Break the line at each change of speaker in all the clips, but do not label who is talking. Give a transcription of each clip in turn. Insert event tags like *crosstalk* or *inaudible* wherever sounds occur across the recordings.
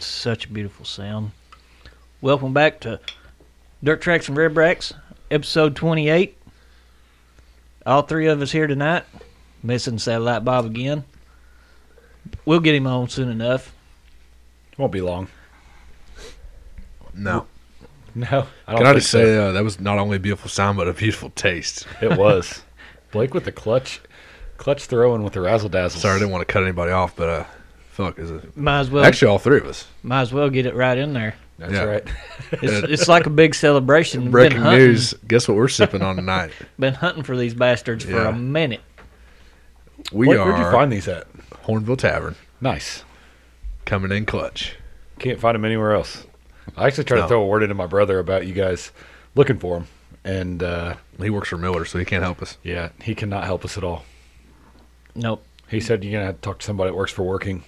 such a beautiful sound. Welcome back to Dirt Tracks and Red Racks, episode 28. All three of us here tonight. Missing Satellite Bob again. We'll get him on soon enough.
Won't be long.
No.
No. I don't
Can I
think
just
so.
say uh, that was not only a beautiful sound, but a beautiful taste.
*laughs* It was. Blake with the clutch, clutch throwing with the razzle dazzle.
Sorry, I didn't want to cut anybody off, but uh, fuck, is it?
Might as well
Actually, all three of us.
might as well get it right in
*laughs*
there.
That's
Yeah.
right.
It's, it's like a big celebration. We've
Breaking
been hunting,
news. Guess what we're sipping
*laughs*
on tonight?
Been hunting for these bastards for
Yeah.
a minute.
We
Blake,
are
Where'd you find these at?
Hornville Tavern
Nice.
coming in clutch.
Can't find them anywhere else. I actually tried to
No.
throw a word into my brother about you guys looking for them, and uh,
He works for Miller, so he can't help us.
yeah, he cannot help us at all.
Nope.
He said you're gonna have to talk to somebody that works for working.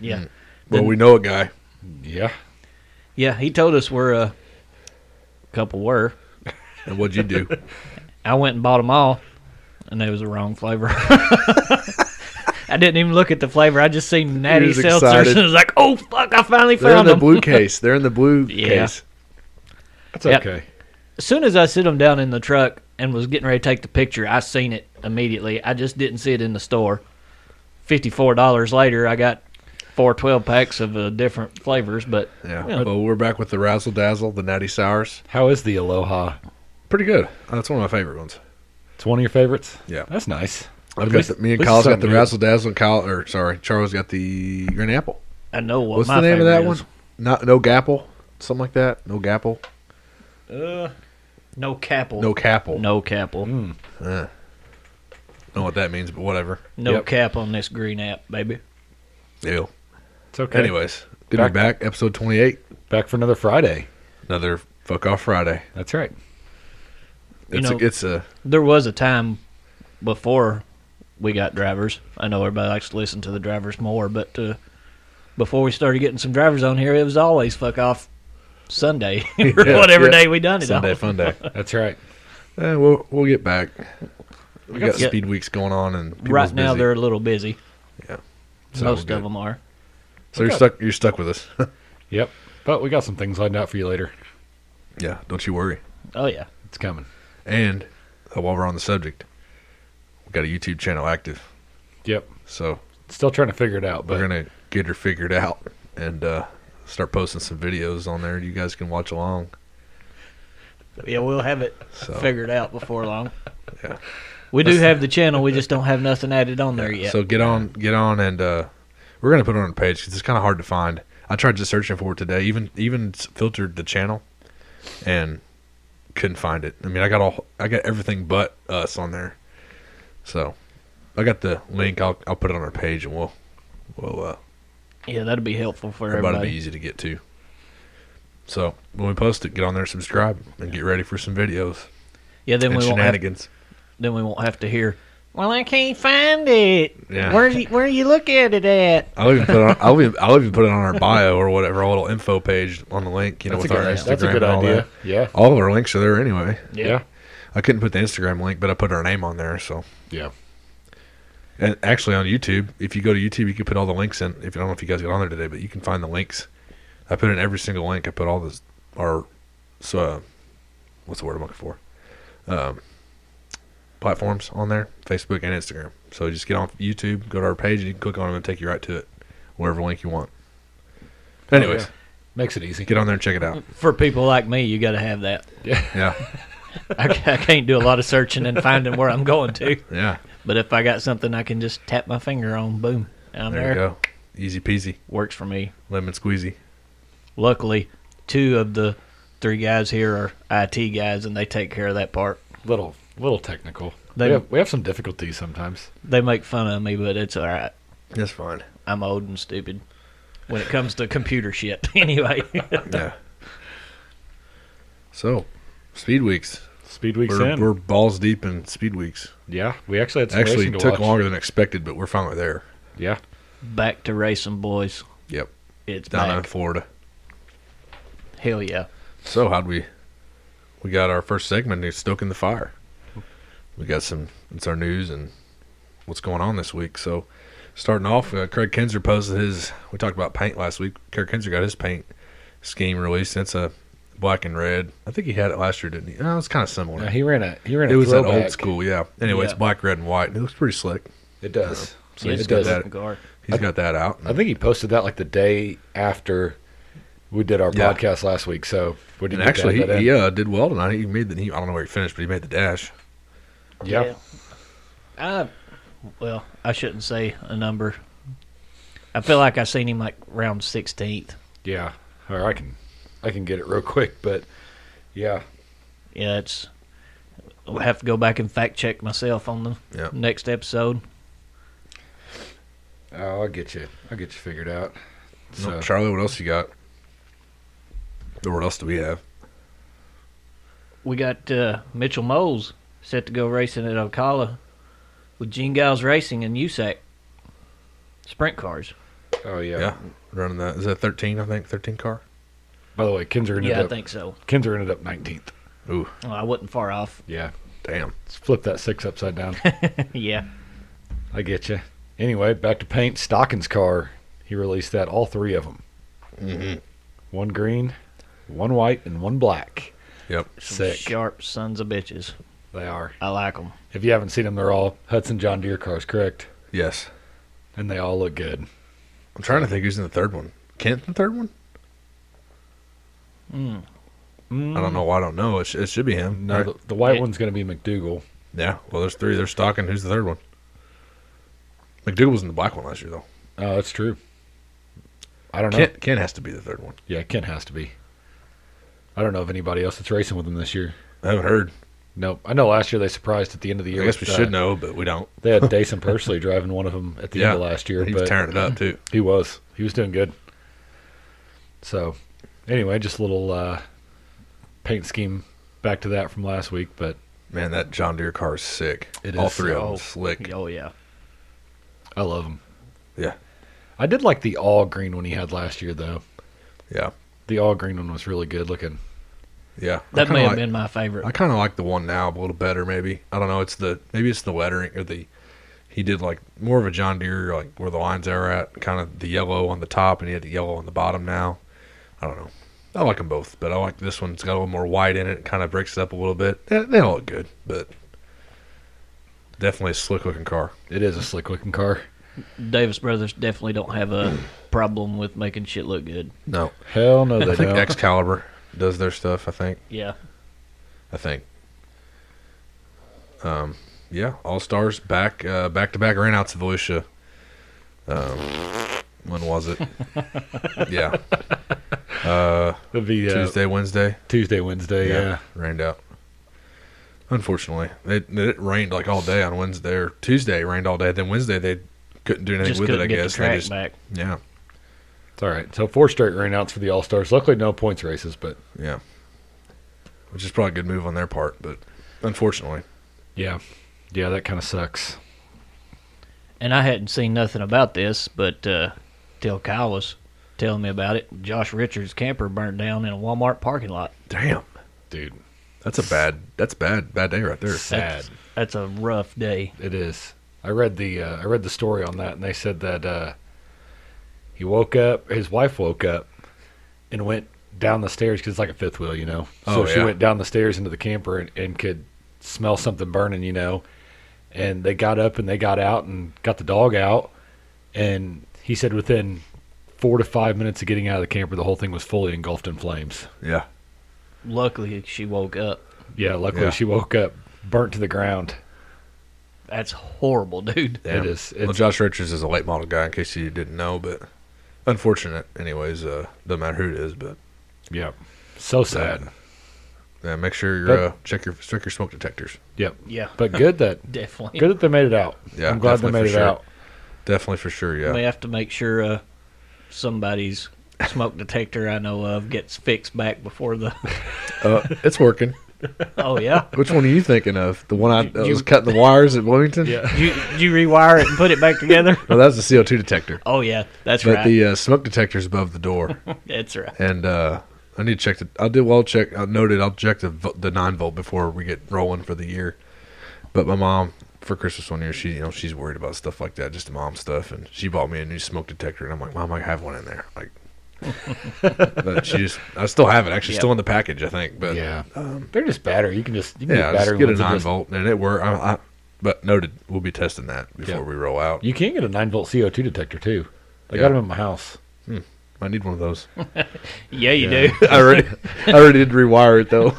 Yeah.
Well,
Then-
we know a guy.
Yeah.
Yeah, he told us we're a couple were.
And what'd
*laughs*
you do?
I went and bought them all, and it was the wrong flavor. *laughs* I didn't even look at the flavor. I just seen Natty
was
Seltzer,
excited.
and *laughs* I was like, "Oh fuck! I finally
They're in
found
the
them."
blue case. They're in
*laughs*
the blue
Yeah.
case.
That's
Yep.
okay.
as soon as I sit them down in the truck and was getting ready to take the picture, I seen it immediately. I just didn't see it in the store. Fifty-four dollars later, I got four 12 packs of uh, different flavors, but
Yeah.
Yeah.
Well, we're back with the Razzle Dazzle, the Natty Sours.
How is the Aloha?
Pretty good. That's one of my favorite ones.
It's one of your favorites.
Yeah.
That's nice.
I've
At
got
least-
the, me
at
and
least
Kyle's got
something
the
good.
Razzle Dazzle, and Kyle, or sorry, Charles got the Green Apple.
I know what
What's
my
the name of that
favorite is.
one? Not no gapple, something like that. No gapple,
No capel.
no Mm. capple.
No capel.
Don't know what that means, but whatever.
No
Yep.
cap on this green app, baby.
Ew.
It's okay.
Anyways, good to be back. Episode twenty-eight.
back for another Friday.
Another fuck off Friday.
That's right.
You
It's
know-
a,
*laughs*
it's a
there was a time before we got drivers. I know everybody likes to listen to the drivers more, but uh, before we started getting some drivers on here, it was always fuck off Sunday *laughs* or
Yeah,
whatever
yeah.
day we done it
Sunday
on. *laughs*
fun day.
That's right.
Eh, we'll we'll get back. We got
Yeah.
speed weeks going on, and people's
Right now,
busy.
they're a little busy.
Yeah.
most
So
of
good.
them are.
so you're stuck. You're stuck with us. *laughs*
Yep. But we got some things lined out for you later.
yeah, don't you worry.
Oh yeah,
It's coming.
And uh, while we're on the subject, we got a YouTube channel active,
Yep.
so
Still trying to figure it out, but
we're gonna get her figured out and uh, start posting some videos on there. You guys can watch along.
yeah, we'll have it
So-
figured out before long.
Yeah.
We do have the channel. We just don't have nothing added on there yet.
So get on, get on, and uh, we're gonna put it on a page 'cause it's kind of hard to find. I tried just searching for it today, even even s- filtered the channel, and couldn't find it. I mean, I got all, I got everything but us on there. So I got the link. I'll I'll put it on our page, and we'll we'll uh,
yeah, that'll be helpful for
everybody be
everybody.
easy to get to. So when we post it, get on there, subscribe, and get ready for some videos
Yeah, then
and
we won't have
shenanigans.
then we won't have to hear. Well, I can't find it.
Yeah.
Where you, where you look at it at?
I'll even put it on, I'll even, I'll even put it on our bio or whatever, our little info page on the link. You know,
that's, a
with our
good,
Instagram.
that's a good
and all
idea.
that.
Yeah.
All of our links are there anyway.
Yeah.
I couldn't put the Instagram link, but I put our name on there. So,
Yeah.
and actually on YouTube, if you go to YouTube, you can put all the links in. If I don't know if you guys got on there today, but you can find the links. I put in every single link. I put all this our so uh, what's the word I'm looking for? Um, platforms on there, Facebook and Instagram. So just get on YouTube, go to our page, and you can click on them and take you right to it, wherever link you want.
Oh,
Anyways,
Makes it easy. *laughs*
get on there and check it out.
For people like me, you got to have that.
Yeah,
I, ca- I can't do a lot of searching and finding where I'm going to.
yeah.
But if I got something I can just tap my finger on, boom, *laughs* I'm
There
there.
you go. Easy peasy,
Works for me.
lemon squeezy.
Luckily, two of the three guys here are IT guys, and they take care of that part.
Little little technical.
They-
we, have, we have some difficulties sometimes.
They make fun of me, but it's all right.
That's fine.
I'm old and stupid when it comes to computer shit. *laughs* anyway,
Yeah. So, speed weeks.
Speed weeks
We're,
in.
we're balls deep in speed weeks.
yeah. We actually had some
Actually,
racing to
took
watch.
longer than expected, but we're finally there.
Yeah.
back to racing, boys.
Yep,
It's
down in
back.
Florida.
Hell yeah.
So, how'd we? We got our first segment. Is stoking the fire. We got some. It's our news and what's going on this week. So, Starting off, uh, Craig Kinzer posted his. We talked about paint last week. Craig Kinzer got his paint scheme released. That's a black and red. I think he had it last year, didn't he? No, it's kind of similar.
Now, he ran a he ran a
it was that
throwback.
old school, yeah. Anyway, it's
Yeah.
black, red, and white. and It looks pretty slick.
It does.
So
Yeah,
he's
it's
got
got
good
does.
that.
looking guard.
He's got that out.
I think he posted that like the day after we did our
Yeah.
podcast last week. So we didn't
And
get to
actually,
add that
he,
in.
he uh, did well tonight. He made the. He, I don't know where he finished, but he made the dash.
yeah.
I, well, I shouldn't say a number. I feel like I seen him like round 16th.
Yeah. Or I can I can get it real quick, but yeah.
Yeah, it's. I'll have to go back and fact check myself on the
Yeah.
next episode.
Oh, I'll get you. I'll get you figured out. So
No, Charlie, what else you got? Or What else do we have?
We got uh, Mitchell Moles set to go racing at Ocala with Gene Giles Racing and USAC sprint cars.
oh yeah.
Yeah. Running that is that thirteen? I think thirteen car.
By the way, Kinzer ended
Yeah, I
up
think so.
Kinzer ended up nineteenth.
Ooh,
Well, I wasn't far off. *laughs*
Yeah.
damn.
Let's flip that six upside down.
yeah.
I get you. Anyway, back to paint. Stockings car. He released that all three of them.
Mm-hmm.
One green, one white, and one black.
Yep.
Some
Sick.
sharp sons of bitches.
They are.
I like them.
If you haven't seen them, they're all Hudson John Deere cars, correct?
Yes.
And they all look good.
I'm trying to think who's in the third one. Kent in the third one?
Mm.
I don't know. why I don't know. It, sh- it should be him.
Mm. No,
right?
the, the white
Yeah.
one's going to be McDougal.
yeah. Well, there's three. They're stocking. Who's the third one? McDougal was in the black one last year, though.
Oh, that's true. I don't know.
Kent, Kent has to be the third one.
Yeah, Kent has to be. I don't know of anybody else that's racing with him this year.
I haven't heard.
Nope. I know last year they surprised at the end of the year.
I guess we
with, uh,
should know, but we don't.
They
*laughs*
had Dason Persley driving one of them at the
Yeah.
end of last year.
He
but um,
was tearing it up too.
He was. He was doing good. So, anyway, just a little uh, paint scheme back to that from last week. But
Man, that John Deere car is sick.
It
All
is.
three of
Oh.
them slick.
Oh, yeah.
I love him.
Yeah.
I did like the all green one he had last year, though.
Yeah.
The all green one was really good looking.
Yeah. I
That
kinda
may have
like-
been my favorite.
I kind of like the one now a little better, maybe. I don't know. It's the maybe it's the lettering or the he did like more of a John Deere, like where the lines are at, kind of the yellow on the top, and he had the yellow on the bottom now. I don't know. I like them both, but I like this one. It's got a little more white in it. It kind of breaks it up a little bit. They, they all look good, but definitely a slick looking car.
It is a slick looking car.
Davis brothers definitely don't have a *clears throat* problem with making shit look good.
No,
Hell *laughs* no,
I
they
think
don't.
Excalibur does their stuff. I think.
Yeah.
I think. Um, yeah, All Stars back uh, back to back ran out to Volusia. Um, when
*laughs*
was it? yeah, uh,
It'd be uh, Tuesday.
Tuesday, Wednesday.
Wednesday. Yeah.
rained out. Unfortunately, it, it rained like all day on Wednesday or Tuesday. It rained all day. Then Wednesday they couldn't do anything
Just
with it. I
couldn't get
guess
the
They
track
just-
back.
yeah,
It's all right. So four straight rainouts for the All Stars. Luckily, no points races, but
yeah, which is probably a good move on their part, but unfortunately,
yeah, yeah, that kind of sucks.
And I hadn't seen nothing about this, but uh, till Kyle was telling me about it, Josh Richards' camper burned down in a Walmart parking lot.
damn,
Dude,
that's a bad that's bad bad day right there.
sad.
That's a rough day.
It is. I read the uh, I read the story on that, and they said that uh, he woke up. His wife woke up and went down the stairs because it's like a fifth wheel, you know. So
Oh,
she
yeah.
went down the stairs into the camper and, and could smell something burning, you know. And they got up and they got out and got the dog out, and he said within four to five minutes of getting out of the camper, the whole thing was fully engulfed in flames.
Yeah.
Luckily, she woke up.
Yeah, luckily
Yeah.
she woke up, burnt to the ground.
That's horrible, *laughs* dude.
It is.
well,
It's-
Josh Richards is a late model guy, in case you didn't know, but unfortunate. Anyways, uh, doesn't matter who it is, but uh,
Yeah, so sad.
yeah, make sure you
But-
uh, check your check your smoke detectors.
Yep.
Yeah,
But good that
definitely.
Good that they made it out.
Yeah,
I'm glad they
definitely
made it
for sure.
out.
Definitely for sure. Yeah,
We have to make sure uh, somebody's smoke detector I know of gets fixed back before the. *laughs*
uh, it's working.
Oh yeah.
Which one are you thinking of? The one I that
You-
was cutting the wires at Bloomington?
Yeah.
You you rewire it and put it back together.
No, that was the CO2 detector.
*laughs* Oh yeah, that's
But
right.
the uh, smoke detector's above the door,
that's right.
and uh, I need to check the. I'll do. I'll check. I noted. I'll check the vo- the nine volt before we get rolling for the year. But my mom for Christmas one year, she you know she's worried about stuff like that, just mom stuff, and she bought me a new smoke detector, and I'm like, Mom, I have one in there, like.
*laughs*
but she just, I still have it. Actually,
Yeah.
still in the package, I think. But
yeah, Um, they're just battery. You can just you can
Uh,
get
yeah, just
battery
get a
ones that
nine
just-
volt, and it worked. I, I, but noted, we'll be testing that before
Yeah.
we roll out.
You can get a nine volt CO two detector too. I got
Yeah.
them at my house.
I need one of those.
Yeah, you
Yeah.
do.
*laughs*
*laughs*
I already, I already did rewire it though.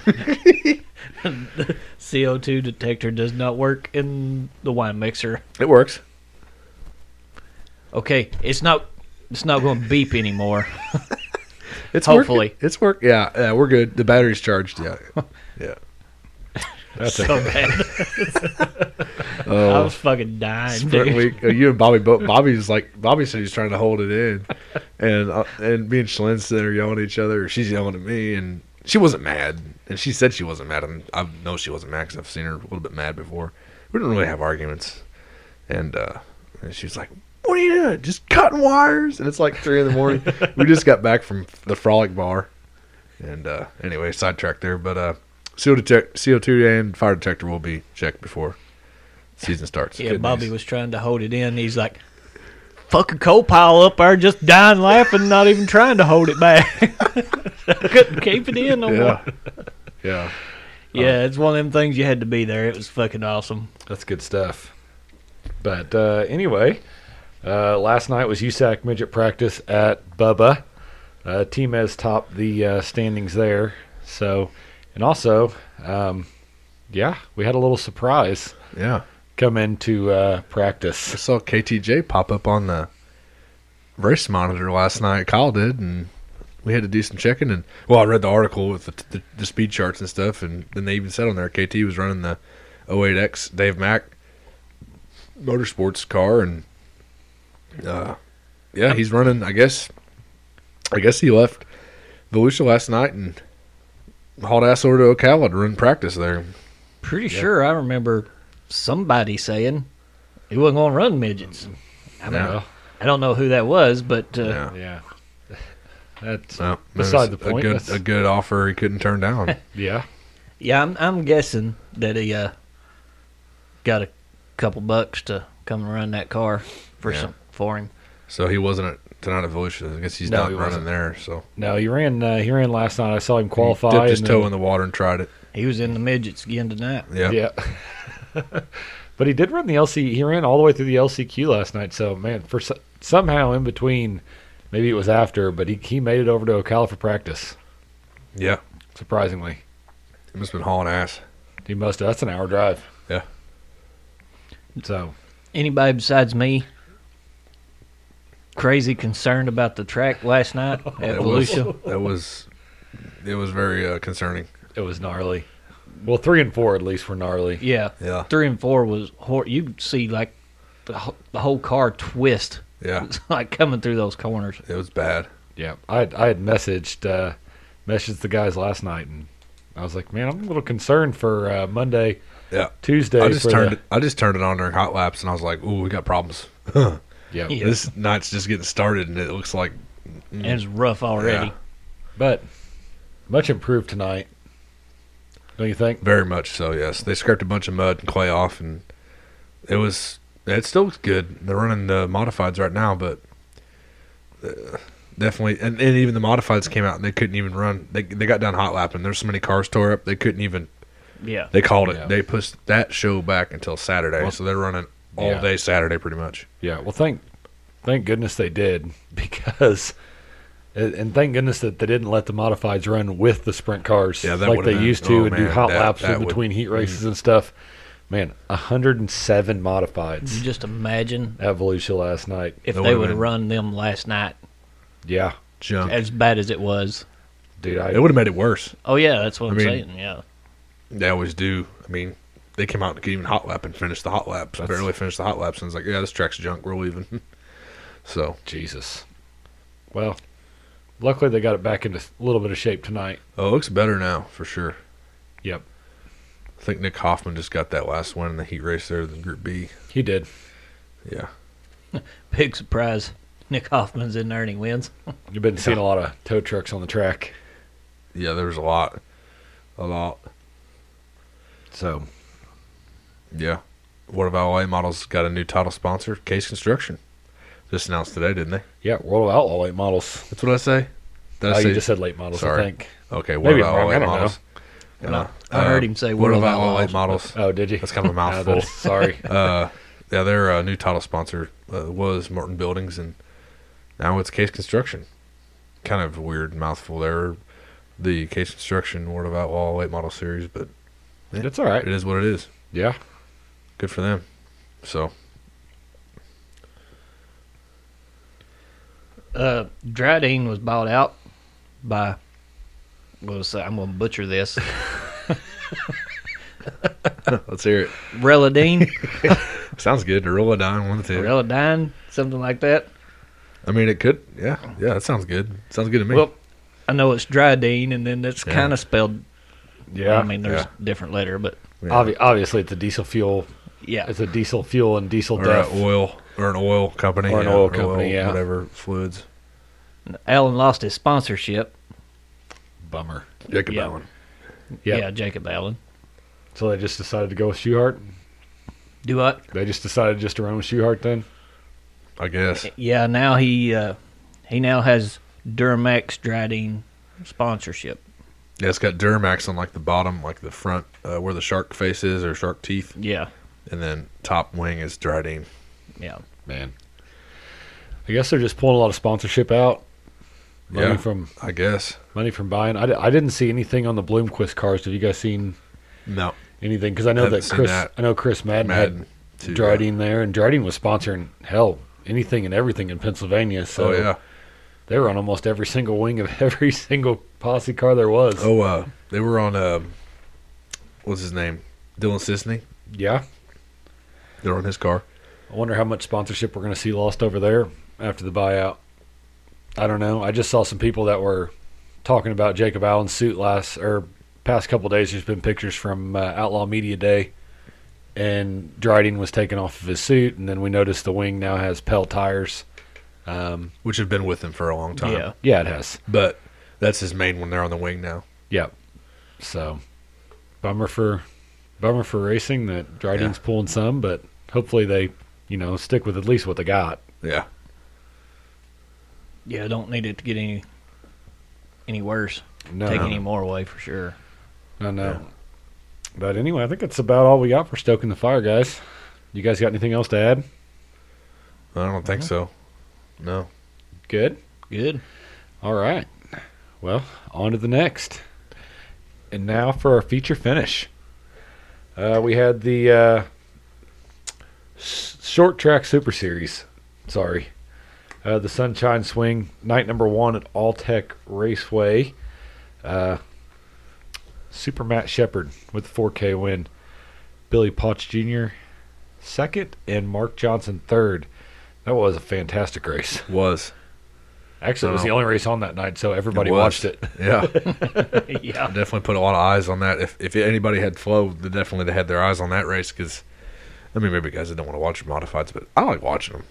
CO2 detector does not work in the wine mixer.
*laughs* It works.
Okay, it's not it's not going to beep
*laughs*
anymore.
It's
Hopefully.
working. it's work. Yeah, yeah, we're good. The battery's charged. Yeah, yeah.
That's
so
it.
bad.
*laughs*
*laughs* I
Oh.
was fucking dying,
Sprint
dude.
week. uh, You and Bobby. Bo- Bobby's like Bobby said he's trying to hold it in, and uh, and me and Shalene's there yelling at each other. She's yelling at me, and she wasn't mad, and she said she wasn't mad. And I know she wasn't mad because I've seen her a little bit mad before. We didn't really have arguments, and uh, and she's like. What are you doing? Just cutting wires, and it's like three in the
*laughs*
morning. we just got back from the frolic bar, and uh, anyway, sidetracked there. But uh, CO detect, CO two and fire detector will be checked before season starts.
Yeah,
Good
Bobby
news.
was trying to hold it in. He's like, fucking coal pile up there, just dying laughing, not even trying to hold it back. *laughs* Couldn't keep it in no more. *laughs*
Yeah. Yeah.
Yeah, it's one of them things you had to be there. It was fucking awesome.
That's good stuff. But uh, anyway, uh, last night was USAC midget practice at Bubba. Uh, Team has topped the uh, standings there. So, and also, um, yeah, we had a little surprise
Yeah.
come into uh,
I
practice.
saw KTJ pop up on the race monitor last night. Kyle did, and we had to do some checking. And well, I read the article with the, the, the speed charts and stuff, and then they even said on there KT was running the 08X Dave Mack motorsports car, and uh, yeah, he's running. I guess, I guess he left Volusia last night and hauled ass over to Ocala to run practice there.
Pretty sure I remember somebody saying he wasn't going to run midgets. I, mean,
Yeah.
I don't know who that was, but uh,
Yeah.
Yeah. That's,
So
Beside the
it was
point,
a good,
that's-
a good offer he couldn't
*laughs*
turn down.
yeah.
Yeah, I'm I'm guessing that he uh, got a couple bucks to come and run that car for
Yeah.
some for him.
so he wasn't at, tonight at Volusia. I guess he's
No,
not
he
running
wasn't.
there. So
No, he ran. Uh, he ran last night. I saw him qualify.
dipped his
and
toe
then-
in the water and tried it.
He was in the midgets again tonight.
Yeah,
Yeah. *laughs* but he did run the LC. He ran all the way through the LCQ last night. So man, for so- somehow in between, maybe it was after, but he he made it over to Ocala for practice.
yeah.
Surprisingly,
He must have been hauling ass.
he must. have. That's an hour drive.
Yeah.
So
Anybody besides me crazy concerned about the track last night
*laughs*
at
That was,
Volusia?
that was it was very uh, concerning.
it was gnarly. Well, three and four at least were gnarly.
Yeah,
Yeah,
three and four was hor- you could see like the, ho- the whole car twist.
yeah.
*laughs* It's like coming through those corners.
It was bad.
Yeah, I had, I had messaged uh, messaged the guys last night, and I was like, man, I'm a little concerned for uh, Monday,
Yeah.
Tuesday.
I just
for
turned
the-
it. I just turned it on during hot laps, and I was like, "Ooh, we got problems.
Yeah.
Yeah.
This night's just getting started, and it looks like
And it's rough already.
Yeah.
But much improved tonight. Don't you think?
Very much so, yes. They scraped a bunch of mud and clay off, and it was. It still looks good. They're running the modifieds right now, but uh, definitely, and, and even the modifieds came out and they couldn't even run. They they got down hot lap, and there's so many cars tore up they couldn't even.
yeah.
They called it.
Yeah.
They pushed that show back until Saturday,
Well-
so they're running all
Yeah.
day Saturday pretty much.
Yeah. Well, thank thank goodness they did *laughs* because, and and thank goodness that they didn't let the modifieds run with the sprint cars
Yeah, that
like
would've
they
been-
used to
oh,
and do
man,
hot
that-
laps
that
in
would- mm.
between heat races and stuff. Man, 107
You
modifieds
just imagine
at Volusia last night.
if
That
they
would've
would have
been-
run them last night
Yeah,
Junk.
as bad as it was.
dude. I
It would have made it worse.
Oh yeah, that's what
I
I'm
mean,
saying. Yeah,
They always do. I mean, they came out and could even hot lap and finish the hot laps.
That's-
Barely finished the hot laps, and it's like, yeah, this track's junk. We're leaving. *laughs* so
Jesus. Well, luckily they got it back into a little bit of shape tonight.
Oh, it looks better now for sure.
Yep,
I think Nick Hoffman just got that last win in the heat race there, the Group B.
he did.
Yeah,
big surprise. Nick Hoffman's in there and he wins.
You've been seeing a lot of tow trucks on the track.
yeah, there was a lot, a lot.
So,
Yeah. What of LA models got a new title sponsor? Case Construction. Just announced today, didn't they?
Yeah, World of Outlaw late models.
That's what I say. Did
Oh,
I say?
you just said late models,
Sorry.
I think.
okay. What
Maybe
about
I'm wrong,
LA
I don't
models?
And I- I heard him say,
Uh, What
"What
about
about
LA
models?"
models?
Oh, did you?
That's kind of
*laughs*
a
No,
mouthful.
that's- sorry.
*laughs* uh, yeah, their uh, new title sponsor uh, was Martin Buildings, and now it's Case Construction. Kind of a weird mouthful there. The Case Construction Word of Outlaw late model series, but
That's all right.
it is what it is.
Yeah.
Good for them. So *laughs*
Uh, Dryden was bought out by. Well, so I'm gonna butcher
*laughs*
this.
let's hear it.
Reladine,
Sounds good. Gorilla Dine, one of the two.
Reladine, something like that.
I mean, it could. Yeah, yeah, that sounds good. Sounds good to me.
Well, I know it's Dryden, and then it's
Yeah.
kind of spelled.
Yeah.
I mean, there's
Yeah.
a different letter, but
Yeah.
Obvi- obviously, it's a diesel fuel.
yeah,
It's a diesel fuel and diesel
or
death.
a oil, or an oil company,
Or an
yeah,
oil company, yeah.
whatever fluids.
Allen lost his sponsorship.
Bummer.
Jacob
Yeah.
Allen.
Yeah.
Yeah, Jacob Allen.
So they just decided to go with Shoehart.
Do what?
They just decided just to run with Shoehart then.
I guess.
Yeah, now he uh, he now has Duramax Dryden sponsorship.
Yeah, it's got Duramax on like the bottom, like the front, uh, where the shark face is or shark teeth,
Yeah,
and then top wing is Dryden.
yeah.
Man. I guess they're just pulling a lot of sponsorship out. Money
Yeah.
from
I guess.
money from buying. I, di- I didn't see anything on the Bloomquist cars. Have you guys seen
No,
anything? Because I know
Haven't
that
seen
Chris.
that.
I know Chris Madden,
Madden.
had
too,
Dryden there, and Dryden was sponsoring hell anything and everything in Pennsylvania.
yeah.
So
Oh yeah.
they were on almost every single wing of *laughs* every single posse car there was.
Oh, uh, they were on. Um, what's his name? Dylan Sisney.
yeah.
They're on his car.
I wonder how much sponsorship we're going to see lost over there after the buyout. I don't know. I just saw some people that were talking about Jacob Allen's suit last or past couple days. There's been pictures from uh, Outlaw Media Day, and Dryden was taken off of his suit, and then we noticed the wing now has Pell tires. Um,
which have been with him for a long time.
Yeah.
yeah, it has.
But that's his main one there on the wing now.
Yeah. So bummer for bummer for racing that Dryden's pulling some, but hopefully they you know stick with at least what they got.
Yeah.
Yeah, don't need it to get any any worse.
No,
Uh-huh.
Take
no,
any more away for sure.
No, no.
Yeah.
But anyway, I think that's about all we got for stoking the fire, guys. You guys got anything else to add?
I don't think so. No.
Good.
Good.
*laughs*
All right. Well, on to the next. And now for our feature finish. Uh, we had the uh, s- short track super series. Sorry. Uh, the Sunshine Swing, night number one at All Tech Raceway. Uh, super Matt Shepard with the 4K win. Billy Potts Jr. second, and Mark Johnson third. That was a fantastic race.
Was.
Actually, it was
No.
the only race on that night, so everybody
was.
watched it.
*laughs* Yeah.
yeah.
definitely put a lot of eyes on that. If if anybody had flow, they definitely they had their eyes on that race because, I mean, maybe guys that don't want to watch modifieds, but I like watching them.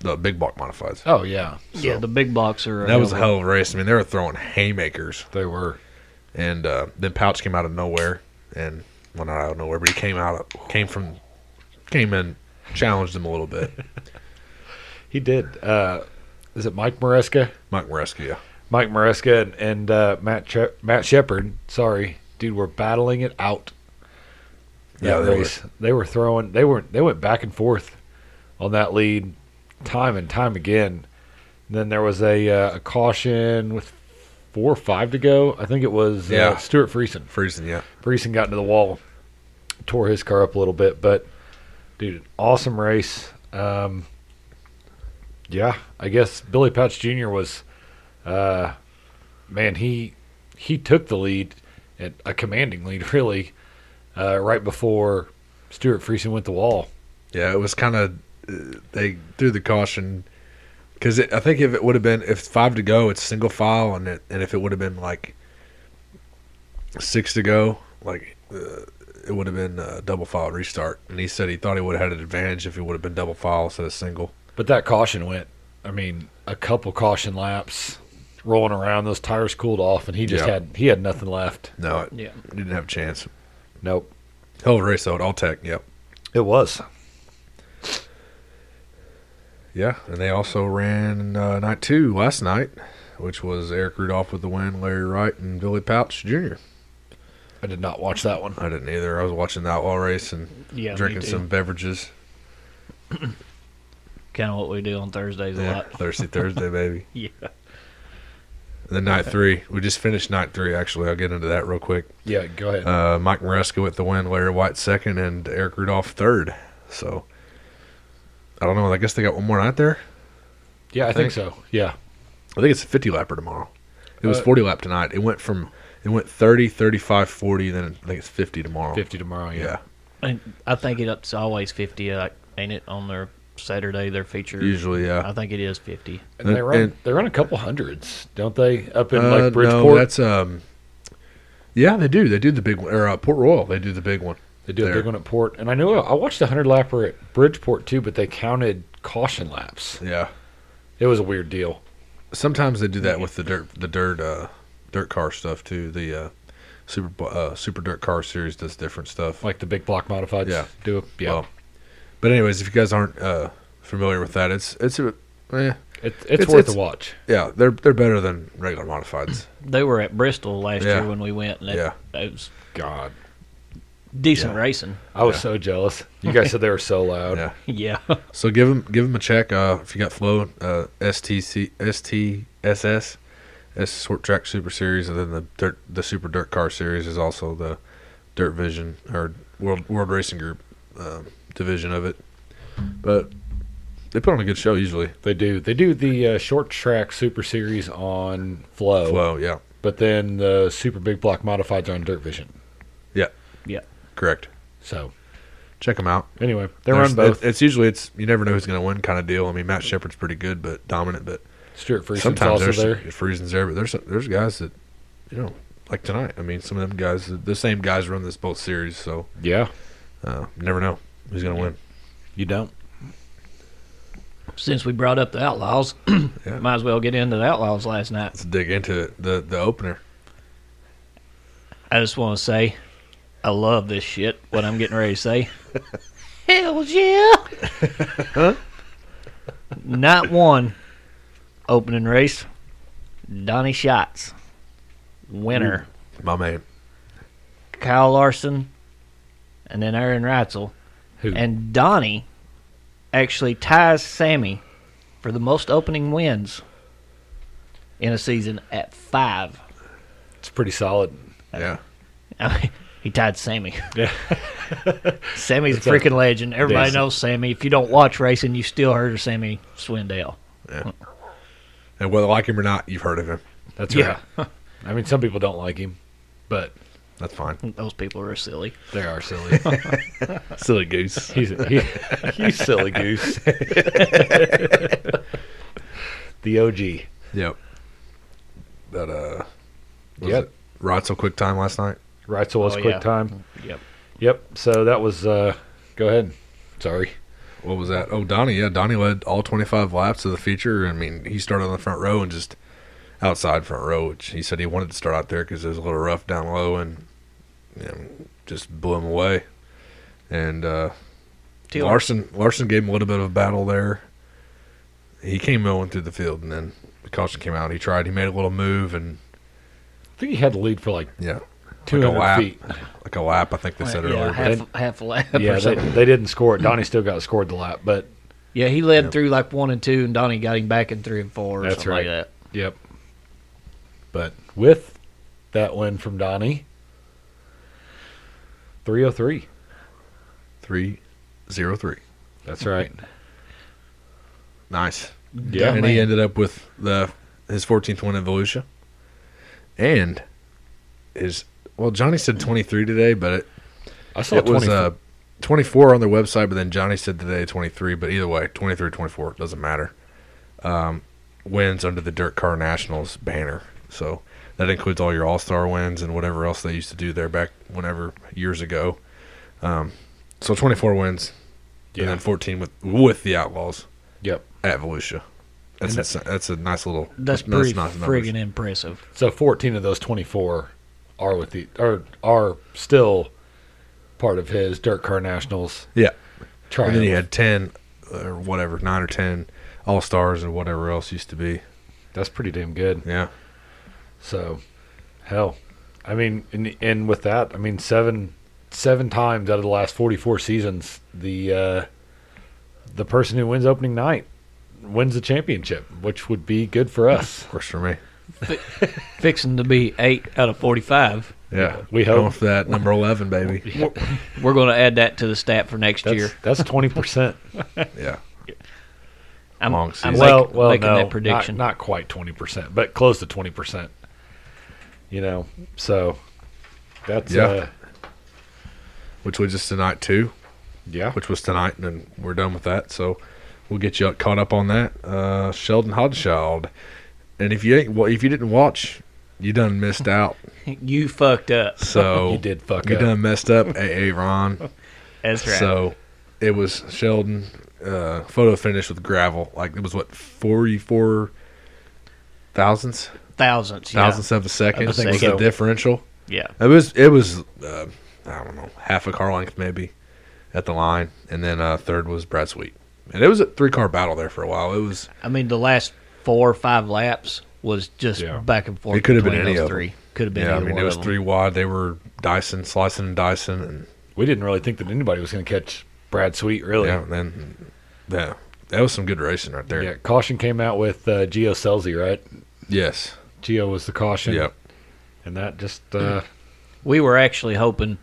The big block modifieds.
Oh yeah,
Yeah, the big blocks are.
That was a
available.
hell of a race. I mean, they were throwing haymakers,
they were.
and uh, then Pouch came out of nowhere, and well, not out of nowhere, but he came out of, came from came in, challenged him a little *laughs* bit.
He did. Uh, is it Mike Maresca?
Mike Maresca,
Mike Maresca and, and uh, Matt che- Matt Shepard. Sorry, dude, we're battling it out.
Yeah,
That
they were.
race. They were throwing. They were. They went back and forth on that lead, time and time again. And then there was a, uh, a caution with four or five to go. I think it was uh,
Yeah.
Stuart Friesen.
freezing, yeah.
Breeson got into the wall, tore his car up a little bit, but dude, awesome race. Um, yeah, I guess Billy Patch Jr. was, uh, man, he he took the lead, and a commanding lead *laughs* really, uh, right before Stuart Friesen went the wall.
Yeah, it was kind of uh, they threw the caution because I think if it would have been if it's five to go, it's single file, and it, and if it would have been like six to go, like uh, it would have been uh, double file restart. And he said he thought he would have had an advantage if it would have been double file instead of single.
But that caution went, I mean, a couple caution laps, rolling around. Those tires cooled off, and he just
Yeah.
had he had nothing left.
No, it
Yeah.
didn't have a chance.
Nope.
Hell of a race though at All Tech. Yep.
It was.
Yeah, and they also ran uh, night two last night, which was Eric Rudolph with the win, Larry Wright, and Billy Pouch Jr.
I did not watch that one.
I didn't either. I was watching the outlaw race and
Yeah,
drinking some beverages.
Kind of what we do on Thursdays a
Yeah,
lot.
thirsty Thursday, baby.
*laughs* Yeah.
And then night three, we just finished night three. Actually, I'll get into that real quick.
Yeah, go ahead.
Uh, Mike Maresca with the win, Larry White second, and Eric Rudolph third. So I don't know. I guess they got one more night there.
yeah, I think so. Yeah.
I think it's a 50 lapper tomorrow. It was
Uh,
40 lap tonight. It went from it went 30, 35, 40, then I think it's 50 tomorrow.
50 tomorrow.
Yeah.
Yeah.
And I think it it's always 50, uh, ain't it, on their Saturday, their feature?
Usually,
I
yeah.
think it is 50.
And,
And-
they run
and-
they run a couple hundreds, don't they? Up in
Uh,
like Bridgeport.
No, that's um Yeah, they do. They do the big one or uh, Port Royal, they do the big one.
they do a
there.
big one at Port. And I know I watched the 100 lapper at Bridgeport too, but they counted caution laps.
Yeah.
It was a weird deal.
Sometimes they do that with the dirt the dirt uh dirt car stuff too. The uh super Bo- uh, super dirt car series does different stuff.
Like the big block modifieds
Yeah.
do it. Yeah.
Well, but anyways, if you guys aren't uh familiar with that, it's it's a eh,
it, it's,
it's-
worth
it's-
a watch.
yeah, they're they're better than regular modifieds.
They were at Bristol last
Yeah.
year when we went, and it,
Yeah.
it was
God.
decent
Yeah.
racing. *laughs*
I was
Yeah.
so jealous. You guys said they were so loud.
yeah.
Yeah.
So give them give them a check. Uh, if you got Flow, uh, STC, STSS, S Short Track Super Series, and then the dirt, the Super Dirt Car Series is also the Dirt Vision or World World Racing Group um, division of it. But they put on a good show usually.
They do. They do the uh, short track super series on Flow,
Flow, yeah,
but then the super big block modifieds are on Dirt Vision.
correct.
So
Check them out.
anyway, they
There's-
run both.
it- it's usually it's you never know who's going to win kind of deal. I mean Matt Shepard's pretty good but dominant, but
Stuart Friesen's
sometimes
also
there's
there.
Friesen's there, but there's there's guys that you know like tonight. I mean, some of them guys, the same guys run this both series, so
Yeah,
uh, you never know who's gonna win.
you don't.
Since we brought up the Outlaws,
Yeah.
might as well get into the Outlaws last night.
Let's dig into it. the the opener.
I just want to say, I love this shit, what I'm getting ready to say. *laughs* Hell *laughs* yeah! Night one, opening race, Donnie Schatz, winner,
My man,
Kyle Larson, and then Aaron Reitzel.
Who?
And Donnie actually ties Sammy for the most opening wins in a season at five.
it's pretty solid.
yeah,
I mean, he tied Sammy.
Yeah.
*laughs* Sammy's a
That's
freaking legend. Everybody
Yes.
knows Sammy. If you don't watch racing, you still heard of Sammy Swindell.
and whether like him or not, you've heard of him.
That's
Yeah.
right. *laughs* I mean, some people don't like him, but
That's fine.
Those people are silly.
they are *laughs* silly.
Silly goose.
he's he, *laughs* he's silly goose. the OG.
Yep. That uh, was
Yep.
it Rotzel quick time last night.
Right, so was
Oh,
quick
yeah.
time.
Yep.
Yep. So that was. uh Go ahead. Sorry.
What was that? Oh, Donnie. Yeah, Donnie led all 25 laps of the feature. I mean, he started on the front row and just outside front row, which he said he wanted to start out there because it was a little rough down low and you know, just blew him away. And uh,
Taylor.
Larson Larson gave him a little bit of a battle there. He came rolling through the field, and then the caution came out. He tried. He made a little move, and
I think he had the lead for like
yeah,
two
like a
hundred
lap,
feet.
like a lap. I think they said
yeah,
earlier. but-
half, half *laughs* a lap
yeah,
or
they,
something.
they didn't score it. Donnie still got scored the lap, but
yeah, he led through like one and two, and Donnie got him back in three and four or
That's
something
right.
like
yep. But with that win from Donnie, three oh three.
Three zero three.
That's right.
Nice.
Yeah.
and
man.
he ended up with the his 14th win in Volusia, and his well Johnny said 23 today, but it,
I saw
it was
24
uh, 24 on their website, but then Johnny said today 23. But either way, 23 24 doesn't matter. Um, wins under the Dirt Car Nationals banner, so that includes all your All Star wins and whatever else they used to do there back whenever years ago. Um, so 24 wins,
yeah.
and then 14 with with the Outlaws
Yep.
at Volusia. That's
And
a, that's a nice little.
that. That's pretty
nice numbers.
friggin' impressive.
So fourteen of those twenty four are with the are are still part of his dirt car nationals.
Yeah.
triumph.
And then he had 10 or whatever, 9 or 10 All Stars or whatever else used to be.
That's pretty damn good.
Yeah.
So, hell, I mean, and, and with that, I mean seven seven times out of the last forty four seasons, the uh, the person who wins opening night wins the championship, which would be good for us.
Of course, for me.
Fixing to be eight out of forty-five.
Yeah.
We
Going
hope.
for that number
*laughs*
11, baby.
We're going to add that to the stat for next year.
That's that's twenty percent.
Yeah.
I'm,
long
I'm
season.
well,
well, well,
making
no,
that prediction.
Not, not quite twenty percent, but close to twenty percent. You know, so that's
Yeah.
uh,
Which was just tonight, too,
yeah.
which was tonight, and then we're done with that. So we'll get you caught up on that. Uh, Sheldon Hodgschild. And if you ain't, well, if you didn't watch, you done
*laughs*
missed out.
you fucked up.
So
You did fuck
You
up.
done messed up, AA Ron.
That's right.
So it was Sheldon uh, photo finish with gravel. Like it was what forty four thousandths,
Thousands. Yeah.
thousandths of a second.
Of a
was
second.
the differential.
Yeah.
It was it was uh, I don't know half a car length maybe at the line, and then uh, third was Brad Sweet, and it was a three car battle there for a while. It was
I mean, the last four or five laps was just
Yeah.
back and forth.
It could have been
between
any
those
of them.
three. Could have been
yeah, I
either
mean
one
it was
of them.
three wide. They were Dyson slicing and Dyson, and
We didn't really think that anybody was going to catch Brad Sweet, really.
yeah, and then yeah, that was some good racing right there.
Yeah, caution came out with uh, Gio Selzy, right?
Yes,
Gio was the caution.
Yep.
And that just,
*clears throat*
uh,
We were actually hoping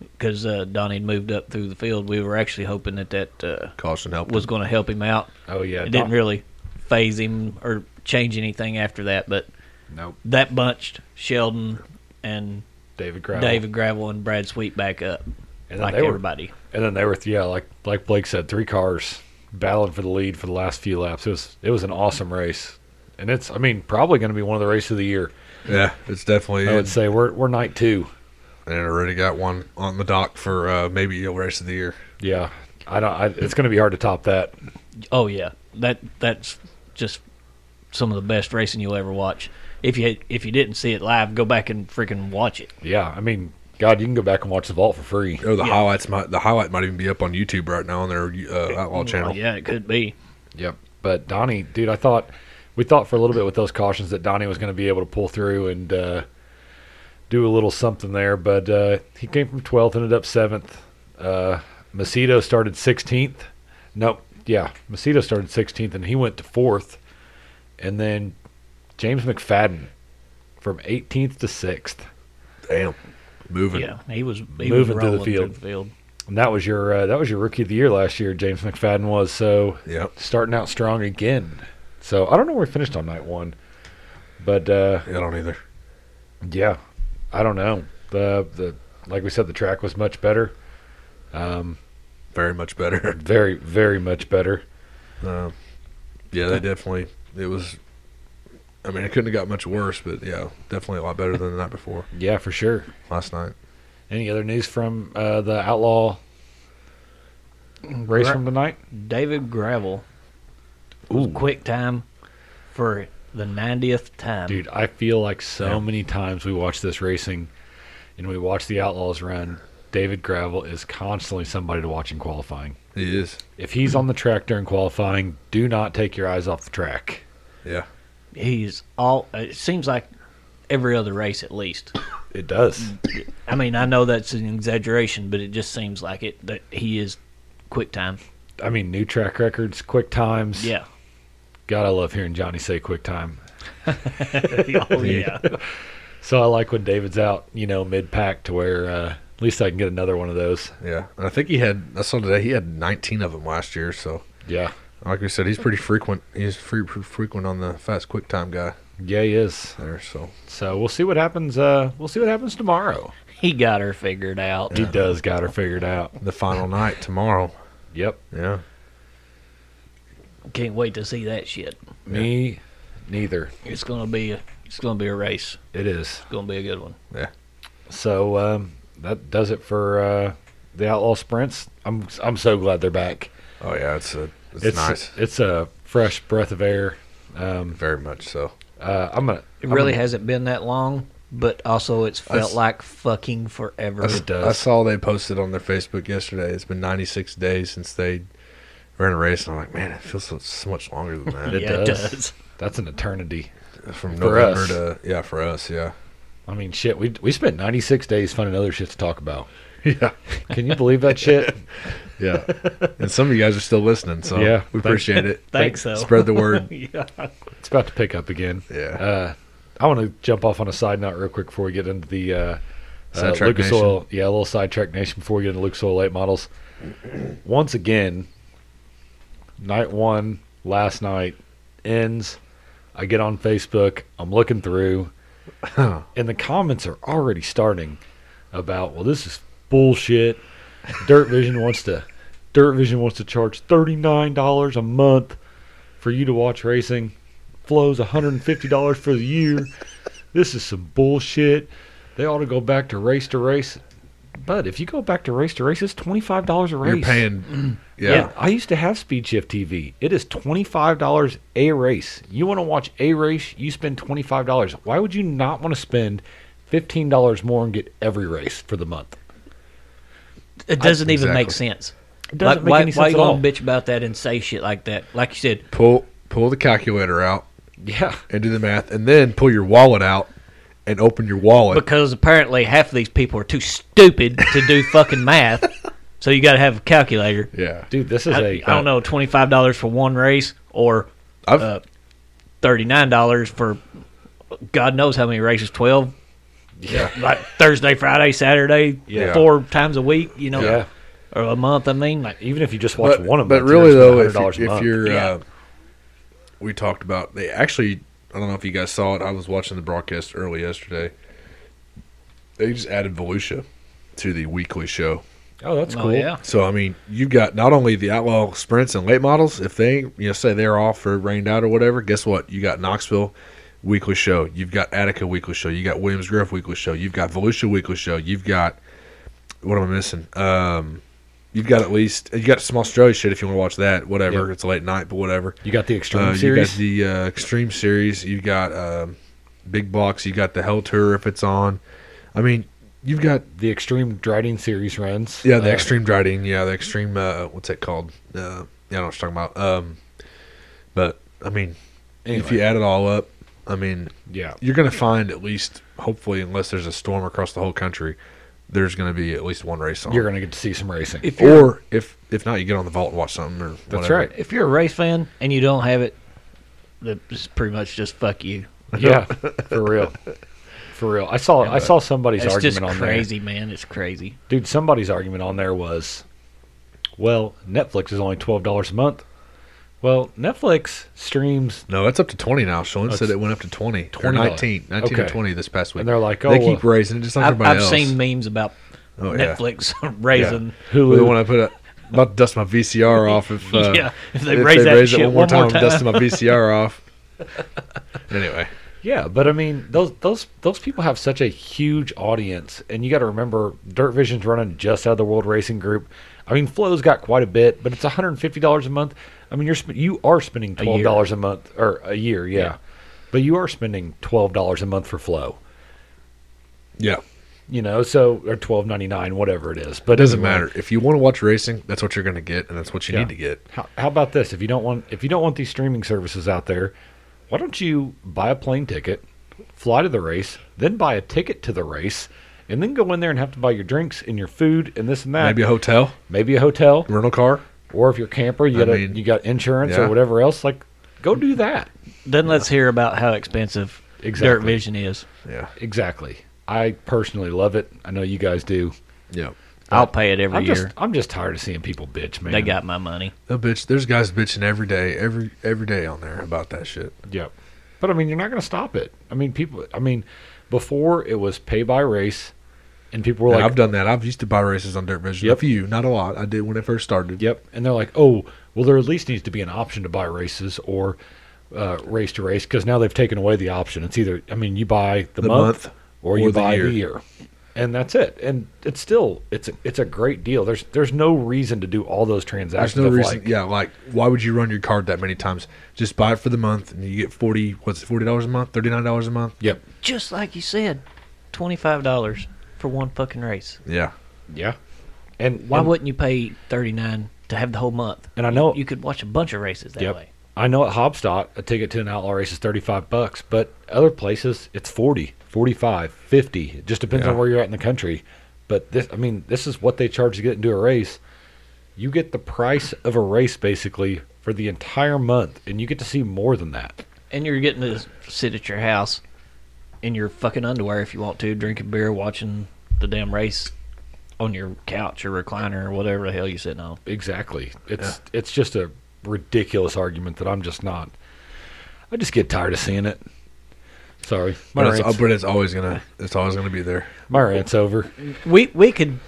because uh, Donnie had moved up through the field. We were actually hoping that that uh,
caution helped.
was going to help him out.
oh yeah,
It
Don-
didn't really phase him or change anything after that. But
nope.
that bunched Sheldon and
David Gravel.
David Gravel and Brad Sweet back up,
and then
like
they were,
everybody.
and then they were, yeah, like like Blake said, three cars battling for the lead for the last few laps. It was it was an awesome race, and it's, I mean, probably going to be one of the races of the year.
Yeah, it's definitely.
Oh,
I would say we're we're night two.
and I already got one on the dock for uh, maybe the race of the year.
Yeah, I don't. I, it's going to be hard to top that.
Oh yeah, that that's just some of the best racing you'll ever watch. If you if you didn't see it live, go back and freaking watch it.
Yeah, I mean, God, you can go back and watch the vault for free.
Oh, the
Yeah.
highlights might the highlight might even be up on YouTube right now on their uh, Outlaw channel.
Well, yeah, it could be.
Yep. But Donnie, dude, I thought we thought for a little bit with those cautions that Donnie was going to be able to pull through and uh, do a little something there, but uh, he came from 12th, ended up 7th. Uh, Macedo started 16th. Nope. Yeah. Macedo started 16th and he went to 4th. And then James McFadden from 18th to 6th.
Damn, moving.
Yeah, he was he was
Moving through the
rolling
field.
Through the field.
And that was your uh, that was your rookie of the year last year, James McFadden was. So
Yep.
starting out strong again. So I don't know where we finished on night one, but uh,
I don't either.
yeah, I don't know. The the like we said, the track was much better, um,
Very much better. *laughs*
very very much better.
Um yeah, they definitely. It was. I mean, it couldn't have got much worse, but yeah, definitely a lot better than the night before,
Yeah, for sure.
last night.
Any other news from uh, the outlaw race
Gra-
from tonight?
David Gravel. was Quick time for the 90th time.
Dude, I feel like so
Yeah.
many times we watch this racing and we watch the outlaws run. David Gravel is constantly somebody to watch in qualifying.
It is.
If he's on the track during qualifying, do not take your eyes off the track.
Yeah.
He's all it seems like every other race at least.
It does.
I mean, I know that's an exaggeration, but it just seems like it that he is quick time.
I mean, new track records, quick times.
Yeah.
God, I love hearing Johnny say quick time.
*laughs* oh yeah.
So I like when David's out, you know, mid pack to where uh, at least I can get another one of those.
Yeah. And I think he had. I saw today he had 19 of them last year. So,
Yeah.
like we said, he's pretty frequent. He's free, frequent on the fast quick time guy
Yeah, he is.
there. So
So we'll see what happens. Uh, we'll see what happens tomorrow.
He got her figured out.
He does got her figured out.
the final night tomorrow.
Yep.
Yeah.
Can't wait to see that shit.
Me, neither.
It's gonna be a it's gonna be a race.
It is.
It's gonna be a good one.
So um, that does it for uh, the outlaw sprints. I'm I'm so glad they're back.
Oh yeah, it's a it's, nice,
It's a fresh breath of air. Um,
very much so.
uh, I'm gonna.
It
I'm
really
gonna-
hasn't been that long but also it's
I s-
felt like fucking forever.
I, s-
It does.
I saw they posted on their Facebook yesterday. It's been 96 days since they ran a race, and I'm like, man, it feels so, so much longer than that.
It
*laughs* yeah,
does.
it does.
That's an eternity.
*laughs* From
For
November
us.
to yeah, for us, yeah,
I mean, shit. We we spent 96 days finding other shit to talk about.
*laughs* yeah,
Can you believe that
*laughs*
shit?
yeah. and some of you guys are still listening, so
Yeah,
we
thank-
appreciate it.
Thanks, so.
Spread the word.
yeah.
It's about to pick up again.
Yeah.
Uh, I want to jump off on a side note real quick before we get into the uh, uh,
Sidetrack
Lucas
Nation.
Oil. Yeah, a little sidetrack nation before we get into Lucas Oil late models. *clears throat* Once again, night one last night ends. I get on Facebook. I'm looking through,
Uh,
and the comments are already starting about, well, this is bullshit. Dirt Vision *laughs* wants to Dirt Vision wants to charge thirty nine dollars a month for you to watch racing. Flows one hundred and fifty dollars for the year. This is some bullshit. They ought to go back to race to race. But if you go back to race to race, it's twenty five dollars a race.
*laughs* You're *clears throat* paying, yeah.
And I used to have Speed Shift TV. It is twenty five dollars a race. You want to watch a race? You spend twenty five dollars. Why would you not want to spend fifteen dollars more and get every race for the month?
It doesn't even make
Exactly.
sense.
It
like, why, why you
at
gonna
all.
bitch about that and say shit like that? Like you said,
Pull pull the calculator out
Yeah.
and do the math, and then pull your wallet out and open your wallet.
because apparently half of these people are too stupid to
*laughs*
do fucking math, so you got to have a calculator.
yeah,
Dude, this is
I,
a uh,
I don't know, twenty five dollars for one race or
I've
uh, thirty nine dollars for God knows how many races twelve.
Yeah.
*laughs* like Thursday, Friday, Saturday,
Yeah.
four times a week. You know,
Yeah.
or a month. I mean, like
Even if you just watch one of them,
But really, though, if,
dollars
you,
a
if
month.
you're, uh,
Yeah.
we talked about they actually. I don't know if you guys saw it. I was watching the broadcast early yesterday. They just added Volusia to the weekly show.
oh, that's
oh,
cool.
yeah.
So I mean, you've got not only the outlaw sprints and late models. If they, you know, say they're off or rained out or whatever, guess what? You got Knoxville weekly show. You've got Attica weekly show. You got Williams Grove weekly show. You've got Volusia weekly show. You've got what am I missing? Um, you've got at least you got some Australia shit if you want to watch that. Whatever,
Yeah.
it's late night, but whatever.
You got the extreme
Uh, you got
series.
the uh, extreme series. You've got um, big blocks. You got the Hell Tour if it's on. I mean, you've got
the extreme driding series runs.
yeah, the
Uh,
extreme dieting. Yeah, the extreme. Uh, what's that called? Uh, yeah, I know what you're talking about. Um, but I mean, if
Anyway,
you add it all up, I mean,
yeah,
you're going to find at least, hopefully, unless there's a storm across the whole country, there's going to be at least one race on.
you're gonna get to see some racing.
if you're,
or if if not, you get on the vault and watch something. Or
that's
whatever.
right.
if you're a race fan and you don't have it, that's pretty much just fuck you. *laughs*
Yeah, for real, for real. I saw I saw somebody's
It's
argument
just
on
crazy, man. It's crazy.
there. Dude, somebody's argument on there was, well, Netflix is only twelve dollars a month. Well, Netflix streams,
No, that's up to twenty now. Sean said
That's-
it went up to twenty.
20.
20 19, 19 to
Okay.
twenty this past week.
and they're like, oh,
they
well,
keep raising it just like
I've,
everybody
I've
else.
seen memes about
Oh, yeah.
Netflix *laughs* raising.
Well, the
Hulu.
one I put up. About to dust
*laughs*
my VCR off if uh,
Yeah, if they raise that shit one more
I'm dusting
*laughs*
my VCR off. anyway,
Yeah, but I mean, those those those people have such a huge audience, and you got to remember, Dirt Vision's running just out of the World Racing Group. I mean, Flow's got quite a bit, but it's one hundred and fifty dollars a month. I mean, you're sp- you are spending
A year.
twelve dollars a month or a year, yeah.
Yeah.
But you are spending twelve dollars a month for Flow,
yeah,
you know, so or twelve ninety nine, whatever it is. But
it doesn't
anyway,
matter if you want to watch racing. That's what you're going to get, and that's what you
Yeah.
need to get.
How, how about this? If you don't want if you don't want these streaming services out there, why don't you buy a plane ticket, fly to the race, then buy a ticket to the race, and then go in there and have to buy your drinks and your food and this and that.
Maybe a hotel,
Maybe a hotel,
rental car.
or if you're a camper, you
I
got
mean,
you got insurance
yeah.
or whatever else. Like, go do that.
Then let's hear about how expensive Dirt
Exactly.
Vision is.
Yeah,
Exactly. I personally love it. I know you guys do.
yeah.
I'll pay it every
Uh, I'm
year.
just I'm just tired of seeing people bitch, man.
they got my money.
No bitch. There's guys bitching every day, every every day on there about that shit.
Yep. But I mean, you're not going to stop it. I mean, people. I mean, before it was pay by race, and people were
And
like,
I've done that. I've used to buy races on Dirt Vision.
Yep.
A few, not a lot. I did when it first started.
Yep. And they're like, oh, well, there at least needs to be an option to buy races or uh, race to race because now they've taken away the option. It's either, I mean, you buy the,
The
month,
month
or
or
you
the
buy
year.
the year. And that's it. And it's still it's a, it's a great deal. There's there's no reason to do all those transactions.
There's no
of
reason.
like-
yeah, like why would you run your card that many times? Just buy it for the month, and you get forty. What's it? Forty dollars a month? Thirty nine dollars a month?
Yep.
Just like you said, twenty five dollars for one fucking race.
Yeah.
Yeah. And
Why
and,
wouldn't you pay thirty nine to have the whole month?
and I know
You could watch a bunch of races that
Yep.
way.
I know at Hobstock a ticket to an outlaw race is 35 bucks, but other places it's 40, 45, 50. It just depends
Yeah.
on where you're at in the country. But this I mean, this is what they charge to get into a race. You get the price of a race basically for the entire month and you get to see more than that.
And you're getting to sit at your house in your fucking underwear if you want to, drinking beer, watching the damn race on your couch or recliner or whatever the hell you're sitting on.
Exactly. It's it's just a ridiculous argument that I'm just not I just get tired of seeing it. Sorry. My,
But it's, uh,
rant's,
but it's always gonna it's always gonna be there.
my rant's over.
We we could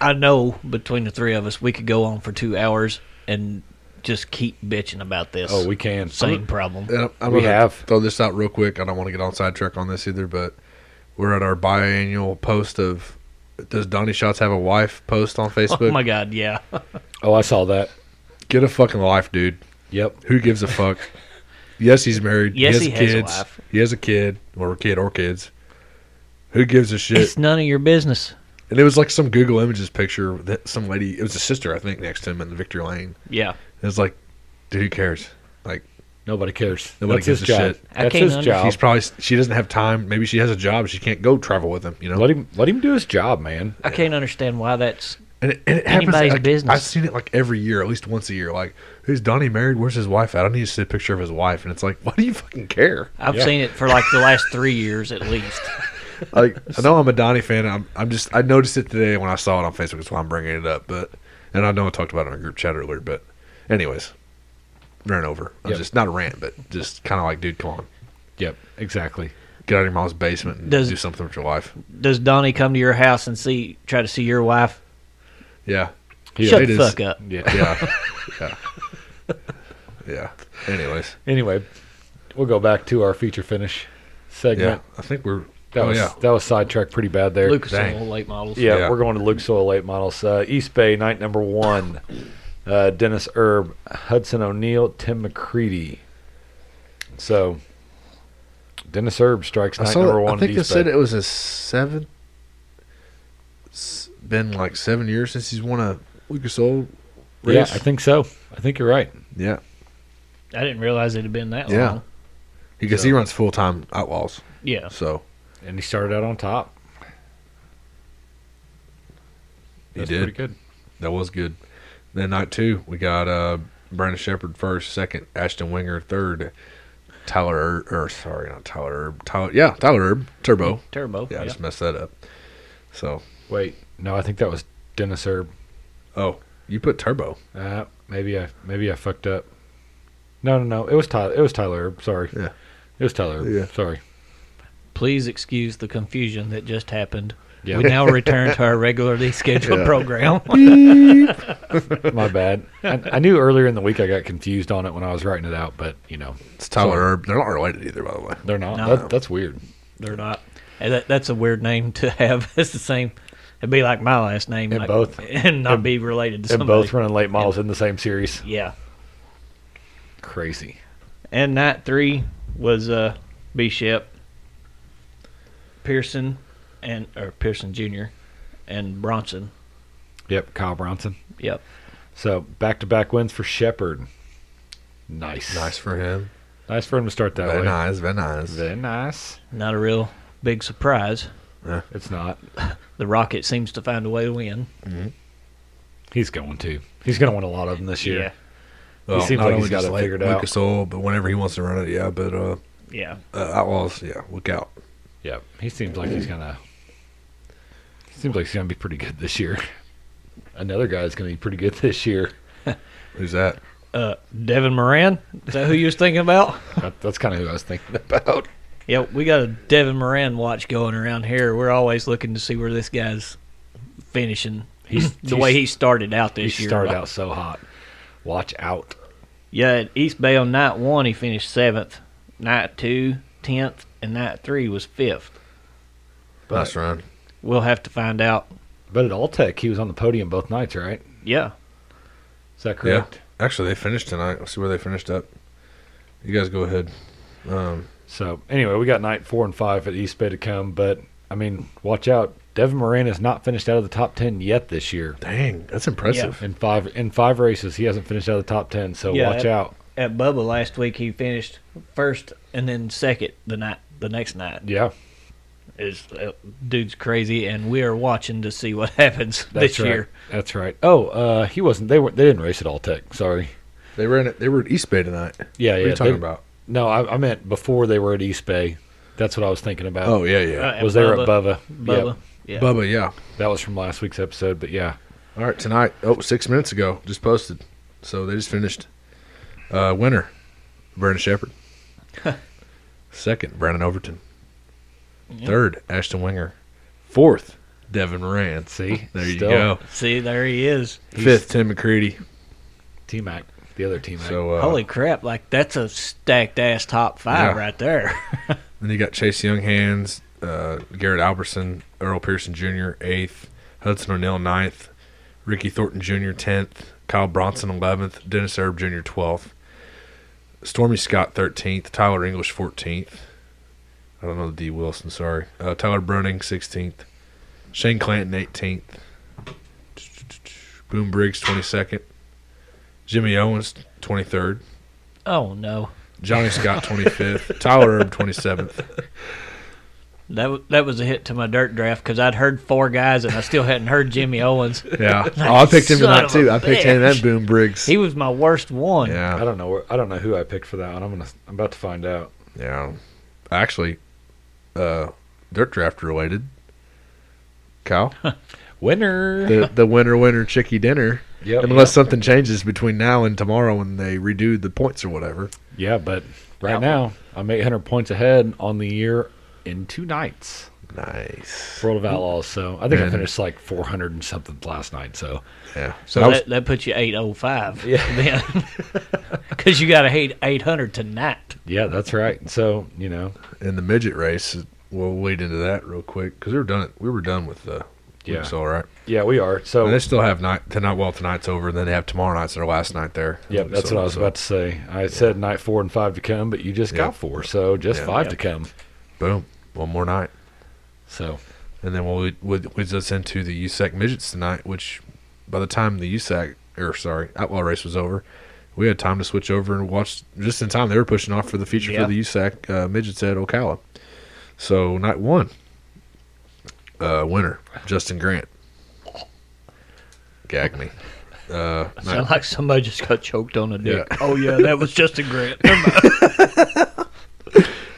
I know between the three of us we could go on for two hours and just keep bitching about this
Oh, we can.
same problem.
And I'm, I'm
We
gonna
have.
throw this out real quick. I don't want to get on sidetrack on this either, but we're at our biannual post of does Donnie Shots have a wife post on
*laughs*
Facebook?
Oh my god, yeah.
Oh, I saw that.
Get a fucking life, dude.
Yep.
Who gives a
*laughs*
fuck? yes, he's married.
Yes,
has
he has a
kids.
wife.
He has a kid, or a kid or kids. Who gives a shit?
It's none of your business.
and it was like some Google Images picture that some lady, it was a sister, I think, next to him in the Victory Lane.
Yeah.
It was like, dude, who cares? Like,
Nobody cares.
Nobody
That's his
gives a
job.
shit.
I
That's
can't
his
under-
job.
she's probably, she doesn't have time. Maybe she has a job. She can't go travel with him, you know?
Let him let him do his job, man.
I can't understand why that's
And it, and it happens.
Anybody's
like,
business.
I've seen it like every year, at least once a year. Like, who's Donnie married? Where's his wife at? I need to see a picture of his wife. And it's like, why do you fucking care?
I've
Yeah.
seen it for like the last three years at least.
Like,
*laughs*
I know I'm a Donnie fan. I'm, I'm just, I noticed it today when I saw it on Facebook. That's why I'm bringing it up. But, and I know I talked about it in a group chat earlier. But, anyways, rant over. I'm
Yep.
just not a rant, but just kind of like, dude, come on,
Yep, exactly.
get out of your mom's basement and
Does-
do something with your life.
Does Donnie come to your house and see try to see your wife?
Yeah,
Shut
it
the
is.
fuck up.
Yeah. *laughs*
yeah, yeah, yeah. Anyways,
anyway, we'll go back to our feature finish
yeah,
segment.
I think we're.
That
oh,
was
yeah.
that was sidetracked pretty bad there.
Lucas
dang.
Oil late models.
yeah,
Yeah.
we're going to Luke Soil late models. Uh, East Bay night number one. Uh, Dennis Erb, Hudson O'Neill, Tim McCready. So Dennis Erb strikes
I
night
saw.
number
that-
one.
I think
at
they
East
said
Bay.
it was a seven. It's been like seven years since he's won a Lucas Oil race.
Yeah, I think so. I think you're right.
yeah,
I didn't realize it had been that
Yeah.
long.
because he
So-
runs full time Outlaws.
Yeah.
So
And he started out on top.
he
That's Pretty
did.
good.
That was good. Then night two, we got uh Brandon Shepard first, second, Ashton Winger third, Tyler Erb, or sorry, not Tyler Erb, Tyler, yeah, Tyler Erb, Turbo.
Turbo.
Yeah, I
Mm-hmm. Yeah.
just messed that up. So,
Wait, no, I think that was Dennis Erb.
oh, you put Turbo.
Uh, maybe I maybe I fucked up. No, no, no. It was Tyler. It was Tyler. Erb, Sorry.
Yeah.
It was Tyler. Erb,
Yeah.
*laughs* Sorry.
Please excuse the confusion that just happened.
Yeah.
We now
*laughs*
return to our regularly scheduled program. *laughs*
My bad. I, I knew earlier in the week I got confused on it when I was writing it out, but you know
It's Tyler
Sorry.
Erb. They're not related either, by the way.
they're not.
No.
That, that's weird.
They're not. And that, that's a weird name to have. *laughs* It's the same. It'd be like my last name.
And
like- *laughs*
both-
And not
and-
be related to
And
somebody.
both running late models in the same series.
Yeah.
Crazy.
And night three was uh, Bishop, Pearson, and or Pearson Jr. and Bronson.
Yep. Kyle Bronson.
Yep.
So back to back wins for Shepard. Nice.
Nice for him.
Nice for him to start that
Very
way.
nice, very nice.
Very nice.
Not a real big surprise.
It's not.
The Rocket seems to find a way to win.
He's going to. He's going to win a lot of them this year.
Well,
seems
not
like he's
only
got
just
it
like
figured out.
Lucas Oil, but whenever he wants to run it, yeah. But uh,
Yeah.
uh, Outlaws, yeah, look out.
Yep. He seems like he's gonna. Seems like he's gonna be pretty good this year. Another guy's gonna be pretty good this year.
Who's that?
Uh, Devin Moran. Is that who you was thinking
*laughs*
about?
That, that's kind of who I was thinking about.
Yeah, we got a Devin Moran watch going around here. We're always looking to see where this guy's finishing.
He's
*laughs* The way he started out
he
this year.
started out so hot. Watch out.
Yeah, at East Bay on night one, he finished seventh. Night two, tenth, and night three was fifth.
nice run.
We'll have to find out.
But at Alltech, he was on the podium both nights, right?
Yeah,
Is that correct?
Actually, they finished tonight. Let's see where they finished up. You guys go ahead. Um,
So anyway, we got night four and five at East Bay to come, but I mean, watch out. Devin Moran has not finished out of the top ten yet this year.
Dang, that's impressive.
In five in five races, he hasn't finished out of the top ten. So
Yeah,
watch
that-
out.
At Bubba last week, he finished first and then second the night the next night.
Yeah,
Is uh, dude's crazy, and we are watching to see what *laughs* happens
that's
this
right.
year.
That's right. Oh, uh, he wasn't. They were. They didn't race at All Tech. Sorry.
They were in it. They were at East Bay tonight.
Yeah,
what
yeah.
are you talking
they-
about?
No, I, I meant before they were at East Bay. That's what I was thinking about.
Oh yeah, yeah.
Uh, and
was there
Bubba-
at Bubba?
Bubba,
Yep.
yeah.
Bubba, yeah.
that was from last week's episode. But yeah,
All right, tonight. Oh, six minutes ago, just posted. So they just finished. Uh, winner, Vernon Shepard. *laughs* Second, Brandon Overton.
Yeah.
Third, Ashton Winger. Fourth, Devin Moran.
see,
*laughs* There
Still,
you go.
See, there he is.
Fifth, Tim McCready.
T Mac, the other T Mac.
So uh,
Holy crap! Like that's a stacked ass top five
Yeah.
right there. *laughs*
Then you got Chase Young hands, uh, Garrett Alberson, Earl Pearson Jr. eighth, Hudson O'Neill ninth, Ricky Thornton Jr. tenth, Kyle Bronson eleventh, Dennis Erb Jr. twelfth, Stormy Scott thirteenth, Tyler English fourteenth. I don't know the D Wilson. Sorry, uh, Tyler Bruning sixteenth, Shane Clanton eighteenth, Boom Briggs twenty second, Jimmy Owens twenty third.
oh no,
Johnny Scott 25th, Tyler Erb 27th.
that w- that was a hit to my dirt draft because I'd heard four guys and I still hadn't heard Jimmy Owens. *laughs*
Yeah. Oh, I picked him
Son
tonight
of
too.
a
I picked him
bitch.
and Boom Briggs.
He was my worst one.
I
yeah.
don't know. where- I don't know who I picked for that one. I'm gonna. I'm about to find out.
Yeah. Actually, uh, dirt draft related.
*laughs*
Kyle,
Winner.
the the winner winner chicky dinner.
Yep.
Unless something changes between now and tomorrow when they redo the points or whatever.
Yeah, but right
Out.
now I'm 800 points ahead on the year in two nights.
Nice.
World of Outlaws. So I think I
Man.
finished like 400 and something last night. So
Yeah.
So
And I was-
that, that puts you eight oh five. *laughs* Yeah. Because you got to hate eight hundred tonight.
yeah, that's right. So you know,
in the midget race, we'll lead into that real quick because we were done. We were done with the.
Yeah.
Yeah. All right.
yeah, we are. So
And they still have night tonight. Well, tonight's over, and then they have tomorrow night's their last night there.
Yep, that's
So- uh,
what I was
so-
about to say. I said night four and five to come, but you just
Yep.
got four, so just
Yeah.
five
Yep.
to come.
Boom. One more night.
So
And then we'll lead- leads us into the USAC midgets tonight, which by the time the USAC or sorry outlaw race was over, we had time to switch over and watch just in time. They were pushing off for the feature
Yeah.
for the USAC uh, midgets at Ocala. So night one, uh, winner Justin Grant. Gag me.
*laughs*
Uh,
Sound
night,
like somebody just got choked on a dick.
Yeah.
Oh yeah, that was just a *laughs* grant.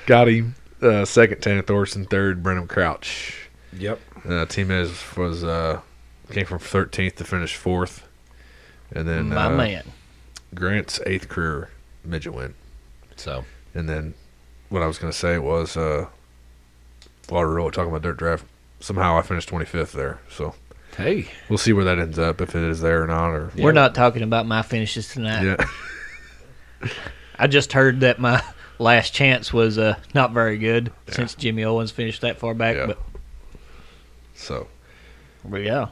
got him. Uh, second, Tanner Thorson. Third, Brennan Crouch.
Yep.
Uh, Timez was uh, came from 13th to finish fourth, and then
My
uh,
man.
Grant's eighth career midget win.
So
And then what I was going to say was uh, while we were talking about dirt draft, somehow I finished 25th there. So
hey.
we'll see where that ends up, if it is there or not. Or
We're not talking about my finishes tonight.
*laughs* yeah,
I just heard that my *laughs* last chance was uh, not very good since Jimmy Owens finished that far back.
Yeah.
But,
so
but yeah,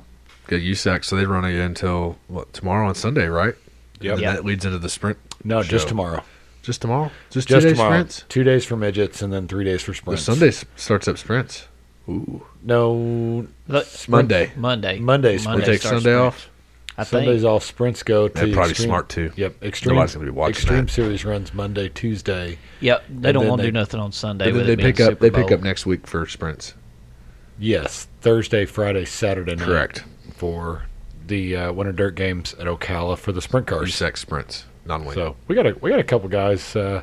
good USAC. So they run again until what tomorrow on Sunday, right?
Yep.
And
Yeah.
that leads into the sprint.
No, just
Show.
tomorrow.
Just tomorrow.
Just
Just, two days
tomorrow.
sprints.
Two days for midgets and then three days for
The
sprints.
Sunday s- starts up sprints. Ooh,
No,
Look,
Monday.
Monday,
Monday
We
sprints.
take
starts
Sunday
sprints.
off.
I
Sundays
think.
all sprints go to
That'd probably
extreme-
smart too.
Yep, extreme.
Nobody's gonna be watching
Extreme
that.
series runs Monday, Tuesday.
Yep, they
And
don't
then
want to
they-
do nothing on Sunday.
And then
with
they
it being
pick up.
Super
They pick
Bowl.
up next week for sprints.
Yes, Thursday, Friday, Saturday night.
Correct.
for the uh, winter dirt games at Ocala for the sprint cars.
USAC sprints, non-wing.
So we got a we got a couple guys uh,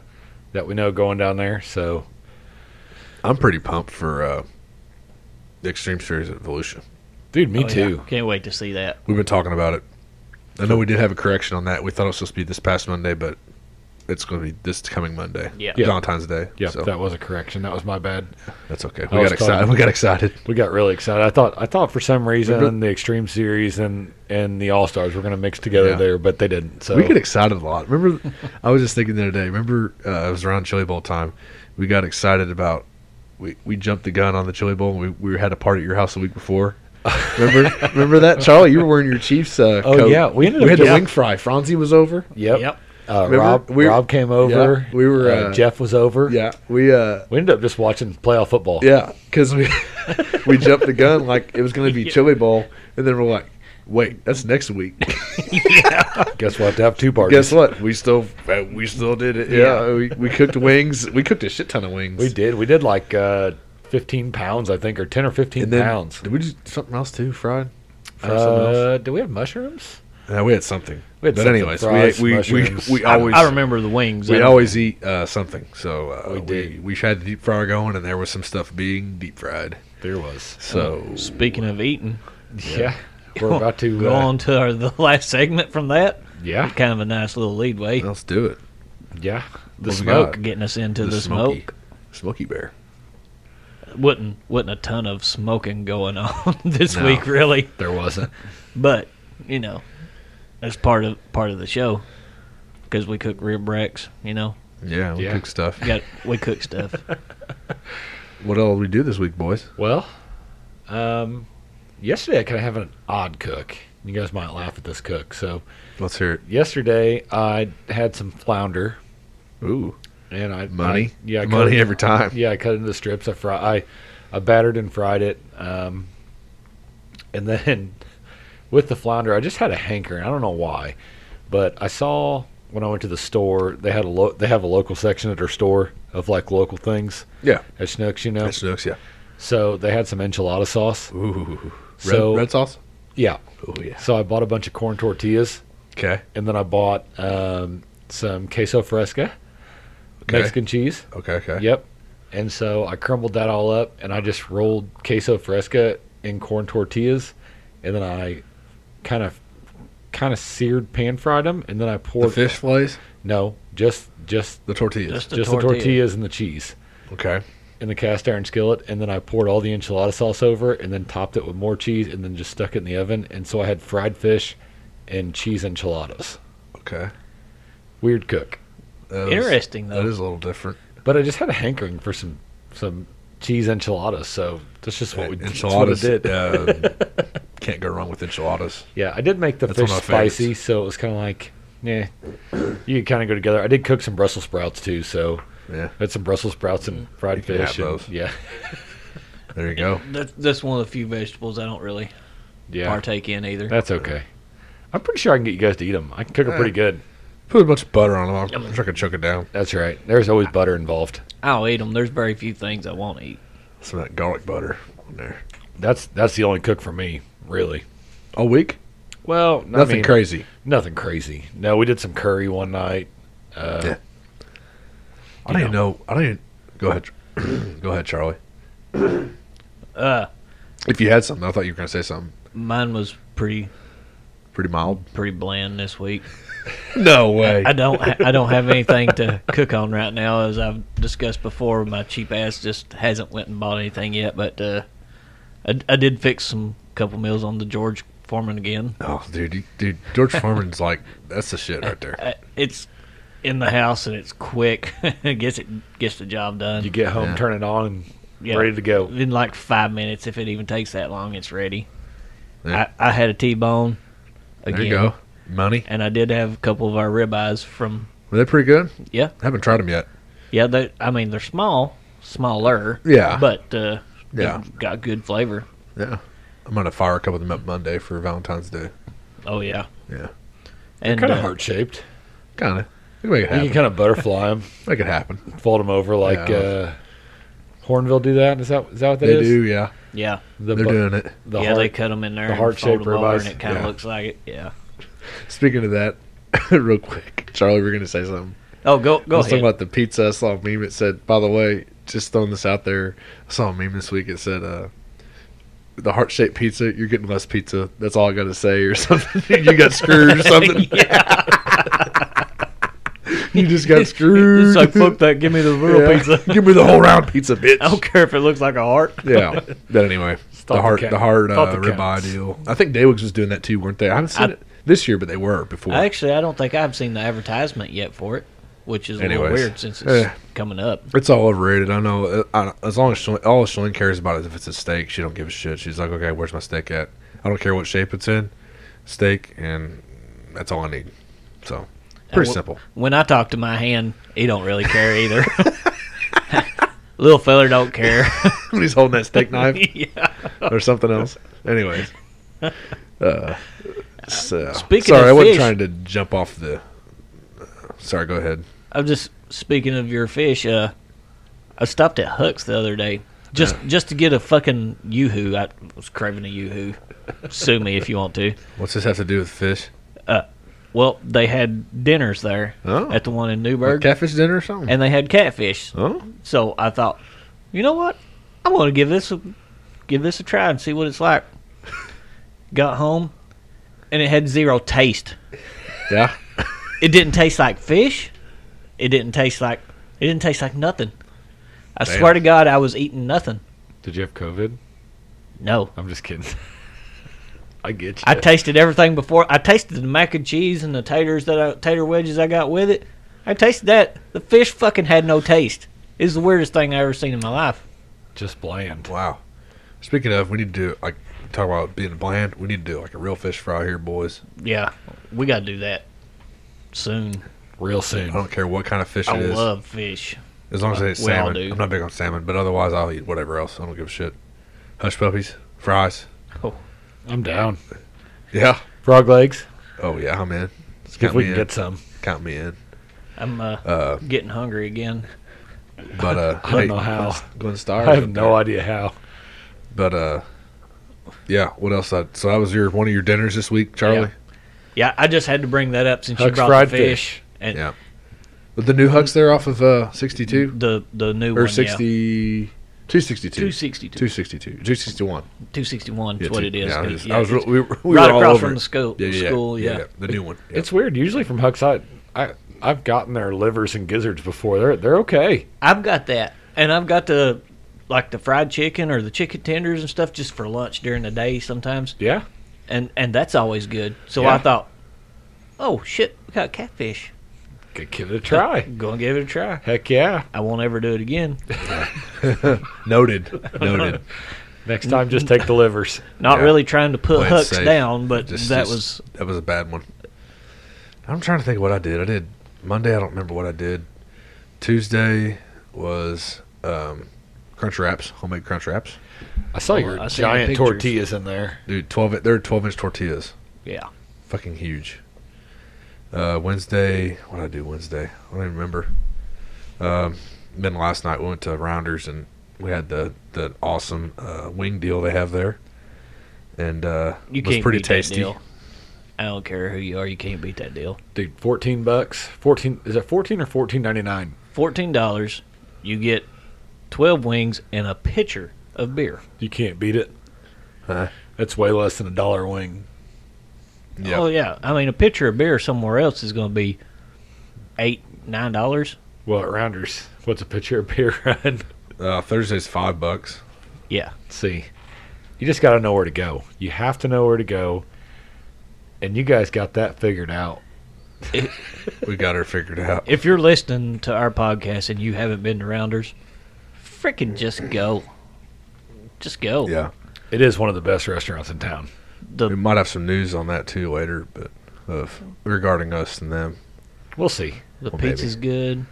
that we know going down there. So
I'm pretty pumped for uh, the Extreme Series at Volusia.
dude, me
Oh, yeah.
too.
Can't wait to see that.
We've been talking about it. I know we did have a correction on that. We thought it was supposed to be this past Monday, but it's going to be this coming Monday.
Yeah.
Yeah.
Valentine's Day.
Yeah,
so
that was a correction. That was my bad.
that's okay.
I
We
was
got excited.
talking-
We got excited.
We got really excited. I thought I thought for some reason
Mhm.
the Extreme Series and and the All Stars were going to mix together
Yeah.
there, but they didn't. So
We get excited a lot. Remember, I was just thinking the other day. Remember, uh, it was around Chili Bowl time. We got excited about. We, we jumped the gun on the Chili Bowl. And we we had a party at your house the week before. Remember remember that Charlie? You were wearing your Chiefs. Uh,
Oh,
coat.
yeah, we ended
we
up
had the
just-
wing fry. Franzi was over.
yep.
Yep.
Uh,
Remember,
Rob
we-
Rob came over.
we were, uh,
Jeff was over.
Yeah, we uh,
We ended up just watching playoff football.
yeah, because we *laughs* we jumped the gun like it was going to
*laughs*
be chili bowl, and then we're like, wait, that's next week.
*laughs* Guess we'll have to have two parties.
Guess what? We still uh, we still did it. Yeah, we, we cooked wings. We cooked a shit ton of wings.
We did. We did like uh, 15 pounds, I think, or 10 or 15
and then
pounds.
did we do something else too? Fried. Fried something else?
Uh, do we have mushrooms?
Uh, we had something.
We had
but
something,
anyways, we,
fries,
ate- we, we,
mushrooms.
we
I,
always
I remember the wings.
we
and-
always eat uh, something. So uh, we
We
did.
did.
We, had the deep fryer going, and there was some stuff being deep fried.
There was.
So
Speaking of eating,
Yeah. *laughs* We're
*laughs*
about to
go
uh,
on to our, the last segment from that.
Yeah.
Kind of a nice little leadway,
let's do it.
Yeah. The
What we
smoke.
got?
getting us into the,
smoky,
smoke.
smoky bear.
Wouldn't wouldn't a ton of smoking going *laughs* on this
No.
week really,
There wasn't.
but you know, that's part of part of the show because we cook rib racks. You know,
Yeah, we
Yeah.
cook stuff.
got we
*laughs*
cook stuff.
What else we do this week, boys?
Well, um, yesterday I kind of have an odd cook. You guys might laugh at this cook. So
Let's hear it.
yesterday I had some flounder
Ooh,
and I
money.
I- yeah, I cut
money
it-
every time.
Yeah, I cut it into strips. I fry, I, I battered and fried it, um, and *laughs* then with the flounder, I just had a hankering. I don't know why, but I saw when I went to the store they had a lo- they have a local section at their store of like local things
Yeah,
at Schnucks, you know.
that's nooks. Yeah.
so they had some enchilada sauce.
Ooh, red,
So-
red sauce.
Yeah.
Oh yeah.
So I bought a bunch of corn tortillas,
Okay.
and then I bought um, some queso fresca,
Okay.
Mexican cheese.
Okay. Okay.
Yep. And so I crumbled that all up and I just rolled queso fresca in corn tortillas and then I kind of kind of seared pan fried them and then I
The
poured
fish fillets,
no, just just
the tortillas.
Just- The
just the
tortilla.
tortillas and the cheese
Okay.
in the cast iron skillet and then I poured all the enchilada sauce over it and then topped it with more cheese and then just stuck it in the oven and so I had fried fish and cheese enchiladas.
Okay.
Weird cook.
That is-
Interesting though.
That is a little different.
But I just had a hankering for some some cheese enchiladas, so that's just what we that's what I
Eh, enchiladas.
did.
uh,
*laughs*
can't go wrong with enchiladas.
Yeah, I did make the
That's one
fish
of my favorites.
spicy, so it was kind of like, yeah, you kind of go together. I did cook some Brussels sprouts too, so
Yeah.
I had some Brussels sprouts and
Mm-hmm.
fried
You can
fish.
have
and-
those.
yeah,
There you go.
That's, that's one of the few vegetables I don't really
yeah,
partake in either.
that's okay. I'm pretty sure I can get you guys to eat them. I can cook them
Eh.
pretty good.
Put a bunch of butter on them. I'll- I'm sure I can choke it down.
That's right. There's always butter involved.
I'll eat them. There's very few things I won't eat.
Some of that garlic butter on there.
That's that's the only cook for me, really.
All week?
Well, I
Nothing
mean,
crazy.
Nothing crazy. No, we did some curry one night. Uh,
Yeah. I don't even know. I don't even. Go ahead. *clears throat* go ahead, Charlie.
Uh,
If you had something, I thought you were going to say something
mine was pretty
pretty mild.
pretty bland this week.
No way.
I don't ha- I don't
*laughs*
have anything to cook on right now, as I've discussed before. My cheap ass just hasn't went and bought anything yet, but uh, I, I did fix some couple meals on the George Foreman again.
oh, dude. you- Dude, George Foreman's like, that's the
*laughs*
shit right there.
Uh, it's in the house and it's quick. *laughs* gets it gets the job done.
You get home,
Yeah.
turn it on,
Yeah.
ready to go.
in like five minutes if it even takes that long it's ready
Yeah.
I, I had a t-bone again
There you go. Money.
and i did have a couple of our ribeyes from
Were they pretty good?
yeah
I haven't tried them yet.
yeah they i mean they're small smaller
Yeah.
but uh they
Yeah.
got good flavor
Yeah. I'm going to fire a couple of them up Monday for Valentine's Day.
oh yeah
Yeah.
and
Kind of
uh,
heart shaped.
Kind of. We can make it
You
happen.
can kind of butterfly them,
make it happen.
fold them over like
Yeah.
uh, Hornville do that. Is that is that what that
they
is?
do, yeah.
yeah
The
They're
bu-
doing it.
The
yeah
heart.
they cut them in there
the
and fold
heart-shaped
'em over
ribeyes.
and it kind of
Yeah.
looks like it yeah
Speaking of that, *laughs* real quick, Charlie, we're going to say something.
oh go
I
go
was
ahead *laughs*
talking about the pizza. I saw a meme. It said, by the way, just throwing this out there. I saw a meme this week. It said, uh, the heart shaped pizza, you're getting less pizza. That's all I got to say, or *laughs* something. you
*laughs*
got screwed or something. you
*laughs*
just got screwed.
It's like
*laughs*
fuck that give me the real
Yeah.
pizza *laughs*
*laughs* Give me the whole round pizza, bitch.
i don't care if it looks like a heart
Yeah.
*laughs*
But anyway,
Stop
the
the
heart,
count.
the heart
Stop
uh,
the
ribeye
counts.
deal. I think Daywigs was doing that too, weren't they? I haven't seen
I-
it this year, but they were before.
Actually, I don't think I've seen the advertisement yet for it, which is a little
Anyways.
weird since it's
Eh.
coming up.
It's all overrated. I know. uh, I, as long as Shalene, all Shalene cares about is if it's a steak, she don't give a shit. She's like, okay, where's my steak at? I don't care what shape it's in, steak, and that's all I need. So Pretty
Uh, wh-
simple. *laughs*
When I talk to my hand, he don't really care either. *laughs* Little feller don't care. *laughs*
when he's holding that steak knife
yeah.
or something else.
*laughs*
Anyways, uh, so
Speaking
sorry,
of
I wasn't
fish-
trying to jump off the.
Sorry, go ahead.
I'm just speaking of your fish. Uh, I stopped at Huck's the other day just just to get a fucking yoo-hoo. I was craving a yoo-hoo. Sue me if you want to.
What's this have to do with fish?
Well, they had dinners there
Oh.
at the one in Newburgh,
catfish dinner or something?
and they had catfish. *laughs*
Oh,
So I thought, you know what? I'm gonna give this a, give this a try and see what it's like. Got home, and it had zero taste.
yeah.
It didn't taste like fish. It didn't taste like it didn't taste like nothing. I
Damn.
swear to God, I was eating nothing.
Did you have COVID?
No,
I'm just kidding. *laughs* I get you.
I tasted everything before. I tasted the mac and cheese and the taters that I, tater wedges I got with it. I tasted that. The fish fucking had no taste. It's the weirdest thing I ever seen in my life.
just bland.
Wow. Speaking of, we need to do like talk about being bland. We need to do like a real fish fry here, boys.
Yeah, we gotta do that soon.
Real
I
soon.
don't care what kind of fish
I
it is,
love fish.
as long as it's
we all
salmon.
do.
I'm not big on salmon, but otherwise I'll eat whatever else. I don't give a shit. Hush puppies, fries.
I'm down.
Yeah.
Frog legs.
Oh yeah, I'm in.
If
Count
we
me
can
in.
get some.
Count me in.
I'm uh,
Uh,
getting hungry again. *laughs*
but uh,
I don't
hey,
know how.
Glenn Starr.
I have no idea how.
But uh, yeah. What else? I, so that was your one of your dinners this week, Charlie.
Yeah. Yeah, I just had to bring that up since you
Huck's
brought
fried
the fish, and
Yeah.
With the new Hucks there off of uh, 62
the the new
or
one,
60, 262.
two sixty two,
262, 261.
two sixty one.
Yeah,
That's what
two-
it is.
Yeah, I,
'cause,
just,
yeah,
I was.
it's
Real, we were, we
right
were all
across
over
from
it.
the school.
Yeah, yeah, yeah,
school, yeah.
The new one. Yeah.
It's weird. Usually from Huck's, I, I, I've gotten their livers and gizzards before. They're they're okay.
I've got that, and I've got the like the fried chicken or the chicken tenders and stuff just for lunch during the day sometimes,
Yeah.
and and that's always good. So
Yeah.
I thought, oh shit, we got catfish.
Could give it a *laughs*
*laughs*
try.
Gonna give it a try.
Heck yeah.
I won't ever do it
*laughs*
again. *laughs*
Noted. Noted.
Next time, just take the livers.
Not
Yeah.
really trying to put
Playing
hooks
safe.
down, but
Just-
that
just-
was
that was a bad one. I'm trying to think of what I did. I did Monday. I don't remember what I did. Tuesday was um, crunch wraps, homemade crunch wraps.
I saw your
I seen the
giant
pictures.
tortillas in there.
Dude, twelve. They're twelve inch tortillas.
yeah.
fucking huge. Uh, Wednesday, what did I do Wednesday? I don't even remember. Um, then last night we went to Rounders and we had the the awesome uh, wing deal they have there, and uh,
You
it was
can't
pretty
beat
tasty.
that deal. I don't care who you are, you can't beat that deal.
Dude, fourteen bucks. Fourteen is that fourteen or fourteen ninety nine?
Fourteen dollars, you get twelve wings and a pitcher of beer.
You can't beat it.
Huh.
That's way less than a dollar a wing.
Yeah,
Oh yeah, I mean a pitcher of beer somewhere else is going to be eight nine dollars.
Well, at Rounders, what's a pitcher of beer *laughs* run?
Oh.
uh, Thursday's five bucks.
Yeah,
see. You just got to know where to go. You have to know where to go. And you guys got that figured out.
We got her
*laughs*
figured out.
if you're listening to our podcast and you haven't been to Rounders, freaking just go, just go.
Yeah,
It is one of the best restaurants in town.
we
The,
might have some news on that too later, but of regarding us and them.
We'll see.
the
Well,
pizza's good,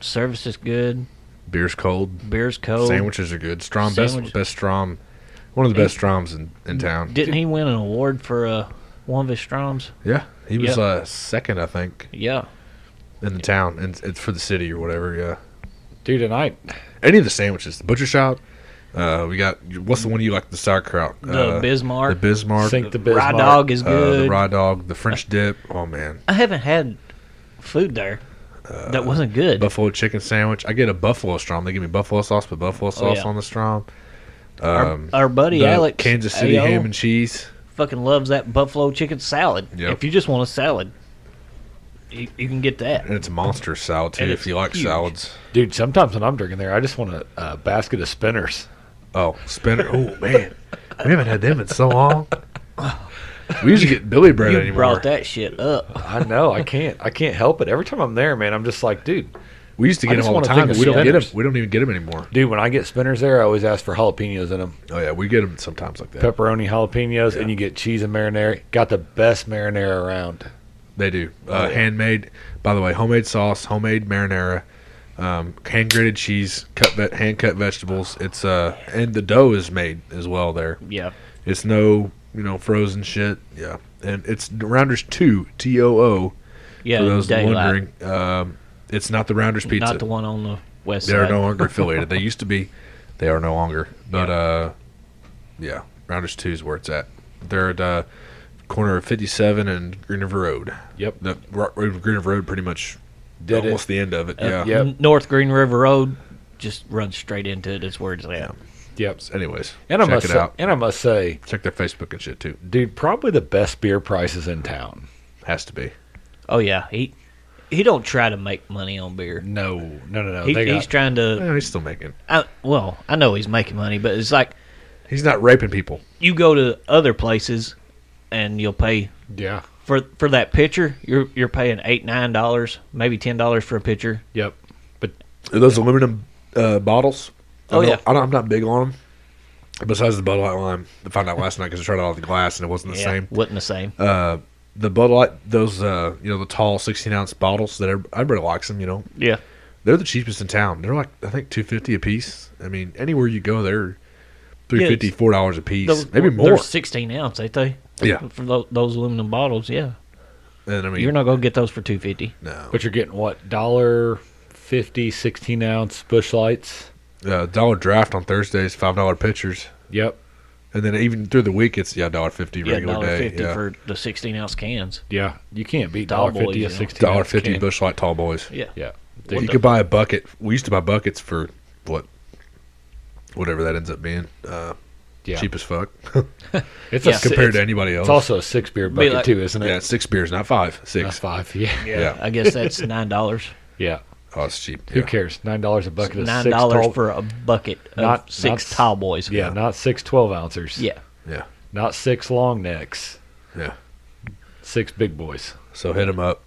service is good,
Beer's cold.
beer's cold.
Sandwiches are good. Strom best
Sandwich-
best Strom, one of the best Stroms in, in town.
Didn't he win an award for uh, one of his Stroms?
Yeah, he was
Yep.
uh, second, I think,
Yeah,
in the town, and it's for the city or whatever. Yeah,
Dude, and I,
any of the sandwiches, the butcher shop. Uh, we got what's the one you like? The sauerkraut,
the
uh, the
Bismarck.
Bismarck,
Sink the
Rye
Bismarck.
dog is
uh,
good.
the raw dog,
*laughs*
the French dip. Oh man,
I haven't had food there that wasn't good.
buffalo chicken sandwich. I get a buffalo strom. They give me buffalo sauce, but buffalo sauce
Oh, yeah.
on the strom.
our,
Um,
our buddy
the
Alex
Kansas City
AO,
ham and cheese.
fucking loves that buffalo chicken salad.
Yep.
If you just want a salad, you, you can get that.
And
*laughs*
it's monster salad too.
And
If
it's
you like
huge.
salads,
dude, sometimes when I'm drinking there, I just want a, a basket of spinners.
oh spinner. oh man, we haven't had them in
*laughs*
so long.
We usually get Billy bread
you
anymore.
brought that shit
*laughs*
up.
I know. I can't. I can't help it. Every time I'm there, man, I'm just like, dude,
We used to
I
get them
just
all the
want a
time.
thing
but
of
We don't get them.
spinners.
We don't even get them anymore.
dude, when I get spinners there, I always ask for jalapenos in them,
Oh yeah, we get them sometimes like that.
pepperoni jalapenos, and you get cheese and marinara. Got the best marinara around.
They do. Uh, Handmade, by the way, homemade sauce, homemade marinara, um, hand grated cheese, cut ve- hand cut vegetables. It's uh, and the dough is made as well there.
Yeah.
It's no, you know, frozen shit. Yeah, and it's Rounders Two T O O.
Yeah.
for those
daylight.
wondering, um, it's not the Rounders Pizza.
Not the one on the west
They are
side.
no longer affiliated. They used to be. They are no longer. But uh, yeah, Rounders Two is where it's at. They're at uh, corner of 57 and Greenover Road.
Yep.
The Ro- Ro- Greenover Road, pretty much
Did
almost
it.
the end of it.
Uh,
yeah.
Yep.
N- North Green River Road just runs straight into it. It's where it's at.
Yep.
So anyways,
And I
check
must
it
say,
out.
and I must say,
Check their Facebook and shit too.
dude, probably the best beer prices in town.
Has to be.
Oh yeah, he he don't try to make money on beer.
No, no, no, no.
He,
they got,
he's trying to.
Yeah, he's still making.
I, well, I know he's making money, but it's like
He's not raping people.
you go to other places and you'll pay
yeah.
for for that pitcher. You're you're paying eight nine dollars, maybe ten dollars for a pitcher.
Yep. But
Are those aluminum uh, bottles? I
Oh,
don't-
yeah.
I don't, I'm not big on them. Besides the Bud Light lime, I found out last night because I tried it out of the glass and it wasn't the
Yeah,
same.
wasn't the same.
Uh, the Bud Light, those uh, you know the tall 16 ounce bottles that every- everybody likes them. You know,
yeah,
they're the cheapest in town. They're like I think 250 a piece. I mean, anywhere you go, they're 350,
it's-
four dollars a piece,
Those-
maybe
They're
more.
sixteen ounce, ain't they?
Yeah.
for tho- those aluminum bottles. Yeah,
And I mean,
you're not gonna get those for two fifty.
no.
but you're getting what dollar fifty, sixteen ounce bush lights.
uh, dollar draft on Thursdays, five dollar pitchers,
Yep.
and then even through the week, it's yeah dollar fifty
Yeah,
regular
dollar
day.
fifty
yeah.
for the sixteen ounce cans.
Yeah. You can't beat
Tall
dollar
boys,
fifty
you
a
know.
sixteen.
dollar
ounce
fifty
can.
bush light tall boys.
Yeah,
Yeah.
you could buy a bucket. We used to buy buckets for what, whatever that ends up being, uh,
yeah.
cheap as fuck
It's
Yeah.
a, si-
*laughs* compared
it's,
to anybody else.
it's also a six beer bucket
like-
too, isn't it?
yeah, six beers, not five, six.
That's five. Yeah.
Yeah.
I guess
*laughs*
that's nine dollars.
Yeah.
oh, it's cheap.
Who
yeah.
cares? Nine dollars a bucket of
Nine
six
dollars
twelve.
for a bucket of
Not-
six
not-
tall boys.
yeah, not six twelve ounces.
yeah.
Yeah,
Not six long necks.
yeah.
Six big boys.
So hit them up.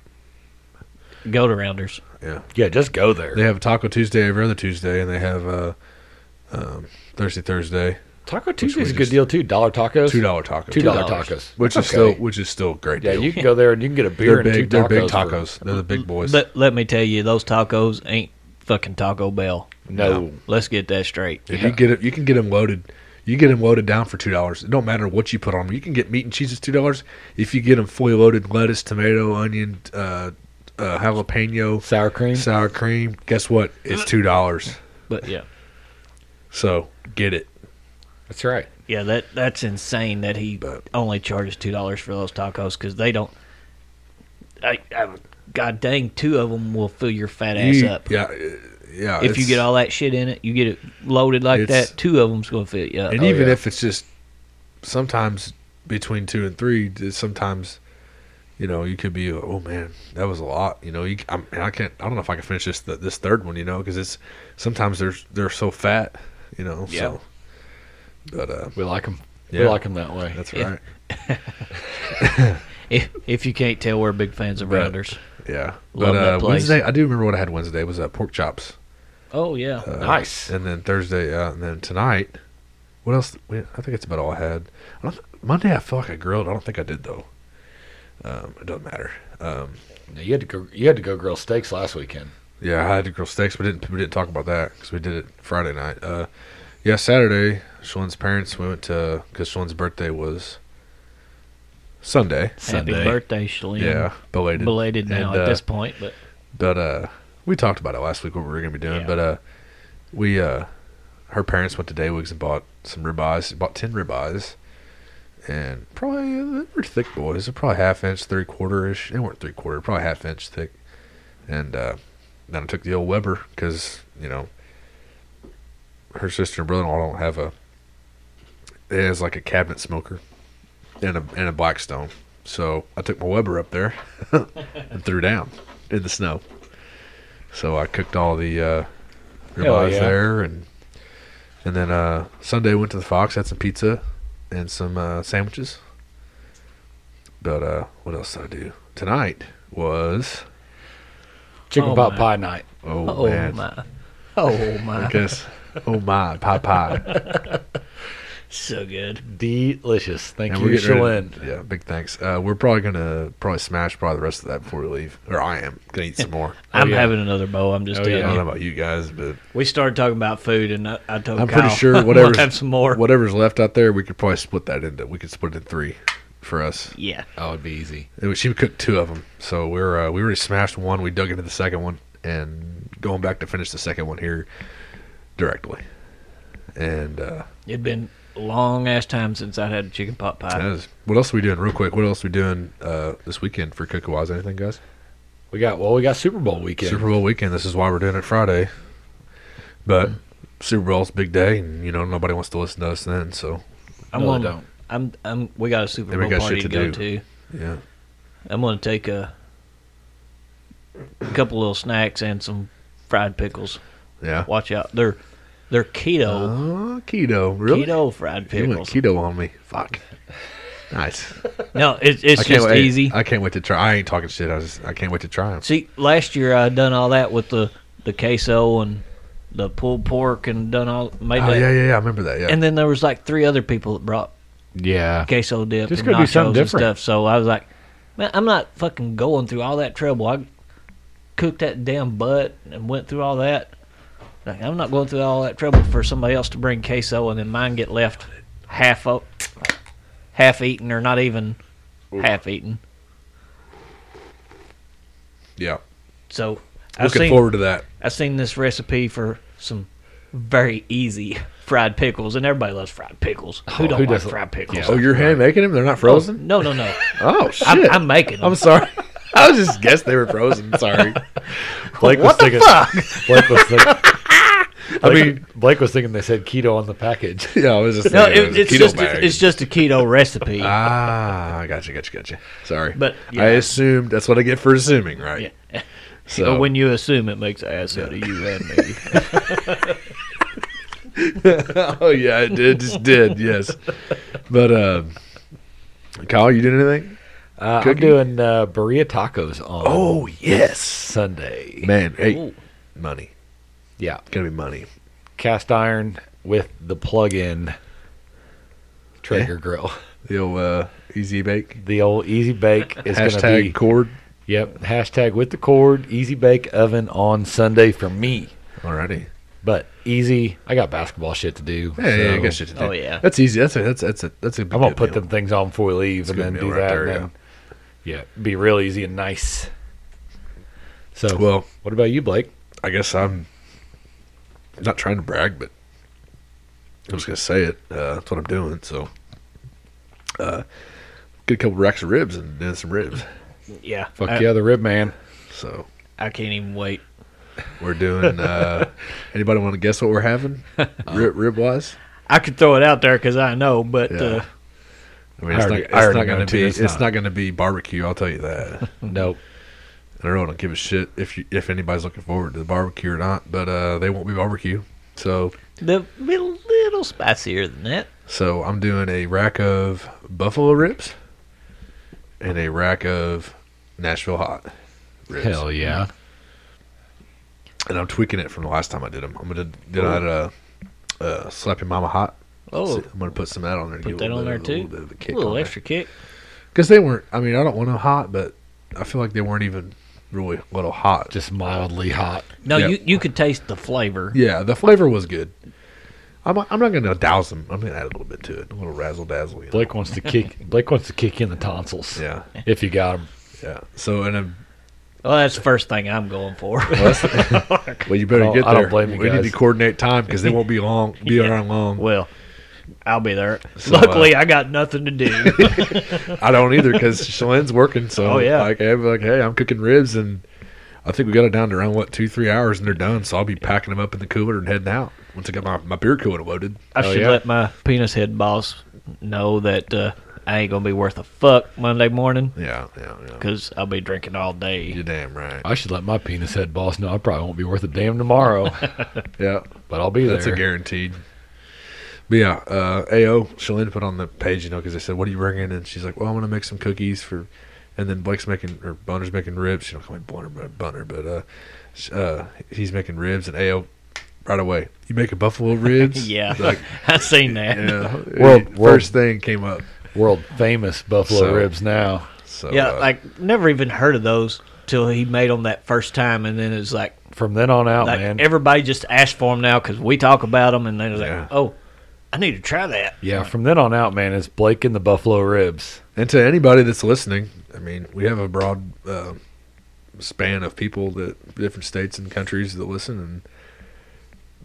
Go to rounders.
Yeah,
Yeah, just go there.
they have Taco Tuesday every other Tuesday, and they have uh, um, Thursday Thursday
Taco
we
Tuesday's a good
just-
deal too. Dollar tacos.
two dollar tacos,
Two dollar
$2.
tacos.
which is
Okay.
still which is still a great.
Yeah,
deal.
you can go there and you can get a beer
they're
and
big.
two tacos.
They're
Mm,
big
for-
tacos. They're the big boys.
Let, let me tell you, those tacos ain't fucking Taco Bell.
no.
Let's get that straight.
If you get it, you can get them loaded. You get them loaded down for two dollars. It don't matter what you put on them. You can get meat and cheeses two dollars if you get them fully loaded: lettuce, tomato, onion, uh, uh, jalapeno,
sour cream.
sour cream. Guess what? It's two dollars.
But yeah,
So get it.
That's right.
yeah, that that's insane that he
But-
only charges two dollars for those tacos because they don't. I, I, God dang, two of them will fill your fat ass
You-
up.
Yeah, uh, yeah.
if you
it's-
get all that shit in it, you get it loaded like
It's-
that. Two of them's gonna fill you up.
and
oh,
even
yeah.
if it's just sometimes between two and three, it's sometimes you know you could be oh man that was a lot. You know, you, I'm, I can't. I don't know if I can finish this th- this third one. You know, because it's sometimes they're they're so fat. You know, so but uh,
We like them. We
Yeah.
like them that way.
that's
Yeah.
right.
if, if you can't tell, we're big fans of
But-
rounders.
Yeah,
Love
but
that
uh,
place.
Wednesday I do remember what I had Wednesday was uh, pork chops.
Oh yeah,
Uh,
Nice.
And then Thursday, uh, and then tonight. What else? we- I think it's about all I had. I don't, Monday, I feel like I grilled. I don't think I did though. Um, it doesn't matter. Um,
Now, you had to go. You had to go grill steaks last weekend.
yeah, I had to grill steaks, but didn't we didn't talk about that because we did it Friday night. Uh, yeah, Saturday, Shannon's parents we went to because Shannon's birthday was Sunday.
happy
Sunday. Oh,
birthday, Shalene.
Yeah, belated.
belated now
And,
at
uh,
this point, but
But uh, we talked about it last week what we were gonna be doing.
Yeah.
But uh, we uh, her parents went to Daywigs and bought some ribeyes. Bought ten ribeyes, and probably uh, they were thick boys. They're probably half inch, three quarter ish. They weren't three quarter, probably half inch thick. And uh, then I took the old Weber because you know her sister and brother in law don't have a. It has like a cabinet smoker, and a and a Blackstone. So I took my Weber up there *laughs* and threw down in the snow. So I cooked all the uh,
Hell
ribeyes
yeah.
there, and and then uh, Sunday went to the Fox, had some pizza and some uh, sandwiches. But uh, what else did I do tonight? Was
Chicken
Oh,
pot
my.
pie night.
oh,
oh
man,
my, oh my.
I guess oh my pie pie.
So good.
Delicious. Thank
And
you,
we're getting ready
Shalyn.
to- Yeah, big thanks. Uh, we're probably gonna probably smash probably the rest of that before we leave, or I am gonna eat some more.
Oh,
*laughs* I'm
yeah.
having another bowl. I'm just
Oh,
telling
I don't
you.
know about you guys, but
We started talking about food, and I, I told
I'm
Kyle,
pretty
*laughs*
sure
we'll
whatever's-
have some more.
whatever's left out there, we could probably split that into. We could split it in three for us.
Yeah.
That would Oh, be easy.
It was, she cooked two of them, so we're uh, we already smashed one. We dug into the second one, and going back to finish the second one here directly. And uh,
It'd been a long ass time since I'd had a chicken pot
that
pie.
is- what else are we doing real quick? What else are we doing uh, this weekend for cookie wise? Anything, guys?
We got well, we got Super Bowl weekend.
Super Bowl weekend. This is why we're doing it Friday. But
Mm-hmm.
Super Bowl's a big day, and you know nobody wants to listen to us then. So
I'm
No, they
gonna,
don't.
I'm, I'm, we got a Super
Then we
Bowl
got
party to,
shit
go
to
to.
yeah,
I'm gonna take a, a couple little snacks and some fried pickles.
yeah.
Watch out, they're they're keto
Oh, keto, really?
keto fried
You went
pickles.
keto on me. Fuck. Nice.
No, it's it's
can't
just
wait-
easy.
I can't wait to try. I ain't talking shit. I just I can't wait to try them.
See, last year I done all that with the the queso and the pulled pork and done all made
Oh
that.
yeah, yeah, yeah. I remember that. Yeah.
And then there was like three other people that brought
Yeah.
queso dip
Just
and
gotta do
nachos
something
and
different.
stuff. So I was like, man, I'm not fucking going through all that trouble. I cooked that damn butt and went through all that. Like, I'm not going through all that trouble for somebody else to bring queso and then mine get left half up, half eaten or not even half eaten.
yeah.
So I've
Looking
seen
forward to that.
I've seen this recipe for some very easy *laughs* fried pickles, and everybody loves fried pickles. Who
Oh,
don't
who
like
doesn't-
fried pickles?
yeah.
Oh, you're hand making them? They're not frozen?
No, no,
*laughs*
no.
Oh, shit.
I'm, I'm making them.
I'm
*laughs*
sorry. I was just guessed they were frozen.
*laughs*
Sorry.
Blake was thinking Blake was thinking
I mean,
Blake was thinking they said keto on the package.
yeah, I was just
No,
thinking it was
it-
a
it's
keto
just
bag.
it's just a keto recipe.
Ah, I gotcha, gotcha, gotcha.
Sorry.
but
I
yeah,
assumed that's what I get for assuming, right?
Yeah. *laughs*
So
when you assume it makes ass out of you and me.
oh yeah, it did. Just did. Yes. But uh, Kyle, you did anything?
Uh, I'm
Cookie?
doing uh, burrito tacos on
Oh.
Oh, yes,
Sunday.
man. Hey,
Ooh.
money.
Yeah,
Gonna be money.
cast iron with the plug-in Traeger grill.
The old uh, easy bake.
The old easy bake is going to
Hashtag
be
cord.
yep. Hashtag with the cord easy bake oven on Sunday for me.
Alrighty.
But easy, I got basketball shit to do.
Yeah, yeah, yeah, I
so
guess you did.
Oh, yeah.
That's easy. That's a that's a, that's a that's a.
I'm gonna put them things on before we leave,
a
and
good
then
meal
do
right
that.
there,
and then, yeah. be real easy and nice. So,
Well,
what about you, Blake?
I guess I'm not trying to brag, but I'm just gonna say it. Uh, that's what I'm doing. So, uh, get a couple racks of ribs and then some ribs.
Yeah,
Fuck
I,
yeah, the rib man.
So
I can't even wait.
we're
*laughs*
doing. Uh, anybody want to guess what we're having? Rib, rib wise.
I could throw it out there because I know, but
Yeah.
uh,
I mean,
I
it's
already- I
not, it's
already
not
know,
gonna
too,
be.
it's
It's,
not.
not. gonna be barbecue. I'll tell you
*laughs*
that.
Nope.
I really don't give a shit if you, if anybody's looking forward to the barbecue or not, but uh, they won't be barbecue. So
they'll be a little spicier than that.
So I'm doing a rack of buffalo ribs and a rack of Nashville hot ribs.
Hell yeah.
And I'm tweaking it from the last time I did them. I'm gonna did I uh, uh, slapping mama hot.
Oh,
I'm gonna put some of that on there. to
put
give a
that on
little
there
bit of-
too.
A little bit of a kick.
little extra kick.
Because they weren't. I mean, I don't want them hot, but I feel like they weren't even really a little hot.
Just mildly hot.
No,
Yeah.
you you could taste the flavor.
yeah, the flavor was good. I'm, I'm not gonna douse them. I'm gonna add a little bit to it, a little razzle dazzle. You know?
Blake wants to kick. *laughs* Blake wants to kick in the tonsils.
Yeah,
If you got them.
yeah. So and a
Well, that's the first thing I'm going for. *laughs*
Well, you better
I don't-
get
I
there.
don't blame you
we
guys.
need to coordinate time because they won't
*laughs*
be long. Be around long.
well, I'll be there.
So,
Luckily, I got nothing to do.
I don't either because Shalene's working. So,
Oh, yeah.
like, I'm like, hey, I'm cooking ribs, and I think we got it down to around what two, three hours, and they're done. So I'll be packing them up in the cooler and heading out once I got my, my beer cooler loaded. Oh,
I should
yeah?
let my penis head boss know that uh, I ain't gonna be worth a fuck Monday morning
Yeah, yeah, yeah.
because I'll be drinking all day.
You're damn right.
I should let my penis head boss know I probably won't be worth a damn
*laughs*
tomorrow,
Yeah,
but I'll be there.
that's a guaranteed. But yeah, uh, AO Shalene put on the page, you know, because they said, "What are you bringing?" And she's like, "Well, I'm gonna make some cookies for," and then Blake's making or Bunner's making ribs. She don't call me Bunner, but Bunner, but uh, sh- uh, he's making ribs, and AO right away. You make a buffalo ribs.
*laughs* Yeah,
Like,
I seen that. Yeah,
*laughs* yeah.
Well,
First
well-
thing came up.
World famous buffalo
So-
ribs now.
So uh,
like never even heard of those till he made them that first time, and then it's like,
From then on
Oh,
out,
like
man.
everybody just asked for them now because we talk about them, and they're like,
Yeah.
oh, I need to try that.
yeah, from then on out, man, it's Blake and the buffalo ribs.
And to anybody that's listening, I mean, we have a broad uh, span of people that different states and countries that listen and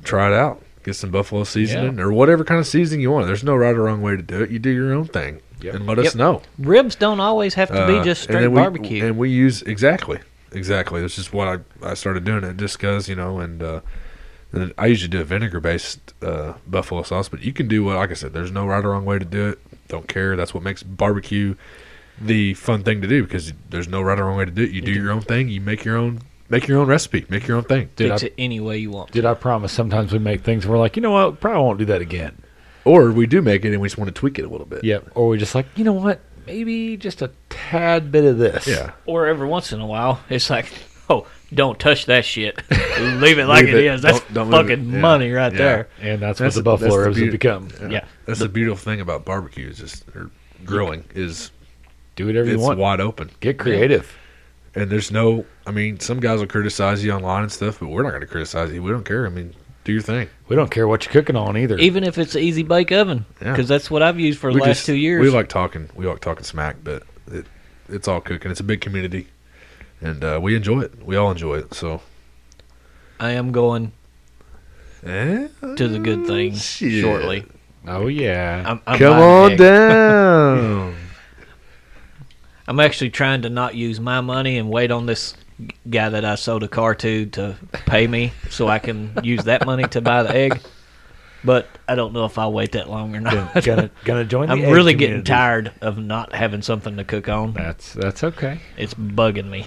try it out. Get some buffalo seasoning or whatever kind of seasoning you want. There's no right or wrong way to do it. You do your own thing
Yep.
and let
Yep.
us know.
Ribs don't always have to
Uh,
be just
and
straight
then we-
barbecue.
And we use exactly, exactly. This is what I I started doing it just because you know, and uh, and I usually do a vinegar based uh, buffalo sauce, but you can do what like I said. There's no right or wrong way to do it. Don't care. That's what makes barbecue the fun thing to do because there's no right or wrong way to do it. You do your own thing. You make your own make your own recipe. Make your own thing.
Dude,
Fix
I-
it any way you want.
Dude, I promise sometimes we make things and we're like, you know what? Probably won't do that again.
Or we do make it and we just want to tweak it a little bit.
Yep. Or we're just like, you know what? Maybe just a tad bit of this.
Yeah.
Or every once in a while, it's like, *laughs* oh, don't touch that shit.
*laughs*
Leave it like
Leave
it
it.
is. That's
Don't- don't leave it.
fucking
Yeah.
money right
Yeah.
there.
And that's,
That's
what the
the-
buffalo
that's the
ribs have
beauty-
become.
Yeah.
That's the beautiful thing about barbecue is just or grilling is
Do whatever you
it's
want.
wide open.
Get creative.
and there's no i mean some guys will criticize you online and stuff but we're not going to criticize you we don't care i mean do your thing
We don't care what you're cooking on either.
Even if it's an easy bake oven,
Yeah.
because that's what I've used for the
we
last
just-
two years.
we like talking we like talking smack but it, it's all cooking it's a big community and uh, we enjoy it we all enjoy it so
I am going
eh?
to the good thing
Shit.
shortly.
oh yeah.
I'm, I'm
Come
buying
on
eggs.
down.
I'm actually trying to not use my money and wait on this g- guy that I sold a car to to pay me so I can use that money to buy the egg. But I don't know if I'll wait that long or *laughs* not.
*laughs* gonna gonna join. the
I'm
egg
really getting
community.
tired of not having something to cook on.
That's that's okay.
It's bugging
*laughs*
me.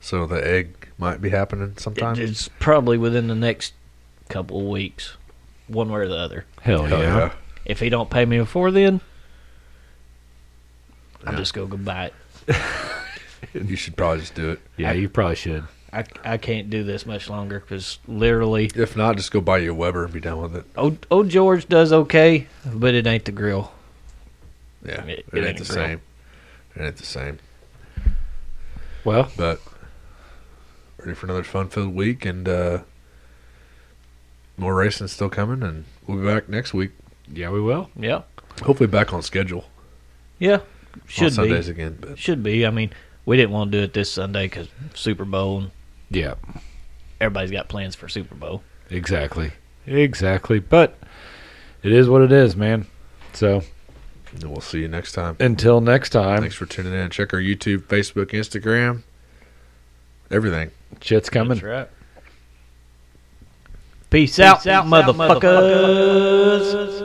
so the egg might be happening sometime
It's probably within the next couple of weeks, one way or the other.
Hell,
Hell
yeah.
yeah.
If he don't pay me before then, I'll just go go buy it.
you should probably just do it
Yeah, you probably should.
I, I can't do this much longer because literally,
if not just go buy you a weber and be done with it
old, old George does okay, but it ain't the grill.
yeah
It-
it,
it
ain't,
ain't
the
real.
same it ain't the same
Well,
but ready for another fun filled week and uh more racing still coming and we'll be back next week
yeah, we will.
Yeah,
hopefully back on schedule
yeah,
on
should
sundays
be,
again but
should be. I mean, we didn't want to do it this Sunday because Super Bowl and
Yeah,
everybody's got plans for Super Bowl.
exactly, exactly. But it is what it is, man. So
and we'll see you next time
until next time,
thanks for tuning in check our youtube facebook instagram everything
shit's coming.
right. Peace, out, motherfuckers.